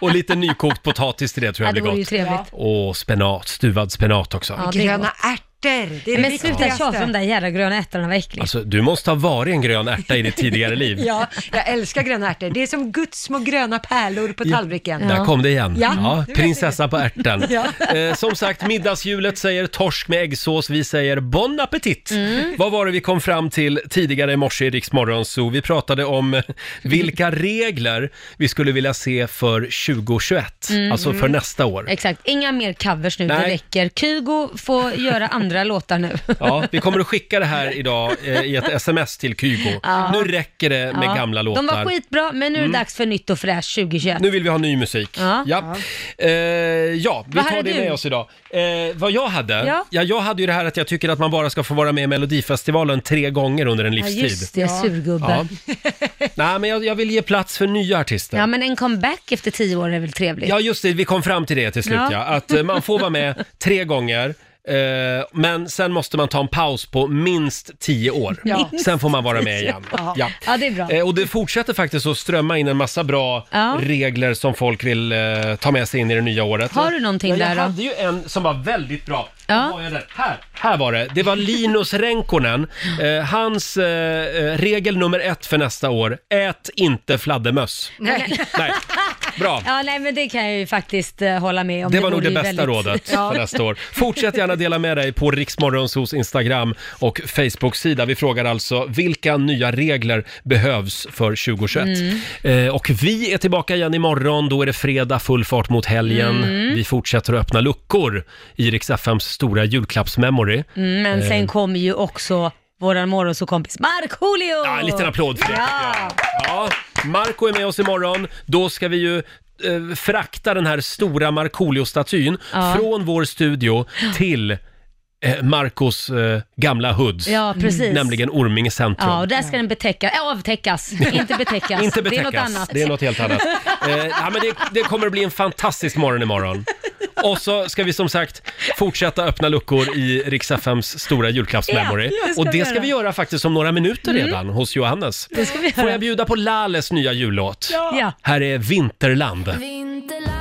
A: Och lite nykokt potatis till det tror
D: Ja,
A: jag
D: det
A: blir
D: vore ju
A: gott.
D: trevligt.
A: Och spenat, stuvad spenat också.
D: Ja, det är
B: Gröna
D: gott.
B: ärtor, det är det
D: Men sluta
B: viktigaste.
D: tjata om de där jävla gröna ätterna, vad äckligt.
A: Alltså, du måste ha varit en grön ärta i ditt tidigare liv.
B: Ja, jag älskar gröna ärtor. Det är som Guds små gröna pärlor på tallriken.
A: Där kom det igen.
B: Ja,
D: Mm.
A: Ja,
B: du vet
A: prinsessa på ärten. Eh, som sagt, middagshjulet säger torsk med äggsås. Vi säger bon appetit.
D: Mm.
A: Vad var det vi kom fram till tidigare i morse i Rix Morgon Zoo? Vi pratade om eh, vilka regler vi skulle vilja se för 2021,
D: Mm.
A: alltså för nästa år.
D: Exakt, inga mer covers nu, det
A: Nej.
D: räcker. Kygo får göra andra låtar nu.
A: Ja, vi kommer att skicka det här idag eh, i ett sms till Kygo. Nu räcker det med
D: Ja.
A: gamla låtar. Mm.
D: De var skitbra, men nu är det dags för nytt och fräscht 2021.
A: Nu vill vi ha ny musik.
D: Ja.
A: ja. Eh, ja vi
D: Vad
A: tar
D: hade
A: det
D: du?
A: med oss idag. Eh, vad jag hade? Ja.
D: Ja.
A: jag hade ju det här att jag tycker att man bara ska få vara med i Melodifestivalen tre gånger under en
D: ja,
A: livstid.
D: just det, surgubbar. Ja.
A: Nej, men jag, jag vill ge plats för nya artister. Ja.
D: men en comeback efter tio år är väl trevligt?
A: just det. Vi kom fram till det till slut, ja.
D: Ja.
A: Att eh, man får vara med tre gånger. eh, Men sen måste man ta en paus på minst tio år.
B: Ja.
A: Sen får man vara med igen. Ja.
D: Ja, det är bra.
A: Eh, Och det fortsätter faktiskt att strömma in en massa bra
D: Ja.
A: regler som folk vill eh, ta med sig in i det nya året.
D: Har du någonting
A: ja, jag
D: där då?
A: hade ju en som var väldigt bra.
D: Ja.
A: Vad Var jag där? Här, här var det. Det var Linus Renkonen. Eh, hans eh, eh, regel nummer ett för nästa år, ät inte fladdermöss.
B: Nej.
A: Nej, bra.
D: Ja, nej men det kan jag ju faktiskt eh, hålla med om.
A: Det var nog
D: vore
A: det
D: ju
A: bästa
D: väldigt-
A: rådet för nästa år. Fortsätt gärna dela med dig på Riksmorgonsos Instagram och Facebook-sida. Vi frågar alltså vilka nya regler behövs för 2021?
D: Mm.
A: Eh, och vi är tillbaka igen imorgon. Då är det fredag, full fart mot helgen.
D: Mm.
A: Vi fortsätter att öppna luckor i Rix FMs stora julklappsmemory.
D: Mm, Men
A: eh,
D: sen kommer ju också våran morgonsåkompis Markoolio!
A: Ja, en liten applåd för det. Ja. Ja. Marco är med oss imorgon. Då ska vi ju eh, frakta den här stora Markoolio-statyn
D: Ja.
A: från vår studio till eh, Marcos eh, gamla hoods,
D: Ja, precis.
A: nämligen Orminge centrum.
D: Ja, och där ska den betäcka, äh, avtäckas, inte betäckas.
A: Inte
D: Det
A: betäckas,
D: är något annat.
A: det är något helt annat. Eh, ja, men det, det kommer att bli en fantastisk morgon imorgon. Och så ska vi som sagt fortsätta öppna luckor i Rix FMs stora julklappsmemory.
D: Ja, det ska
A: och
D: vi
A: det ska
D: göra. Mm.
A: vi göra faktiskt om några minuter redan hos Johannes.
D: Det ska vi göra.
A: Får jag bjuda på Lales nya jullåt?
D: Ja.
A: Här är Vinterland.
J: Vinterland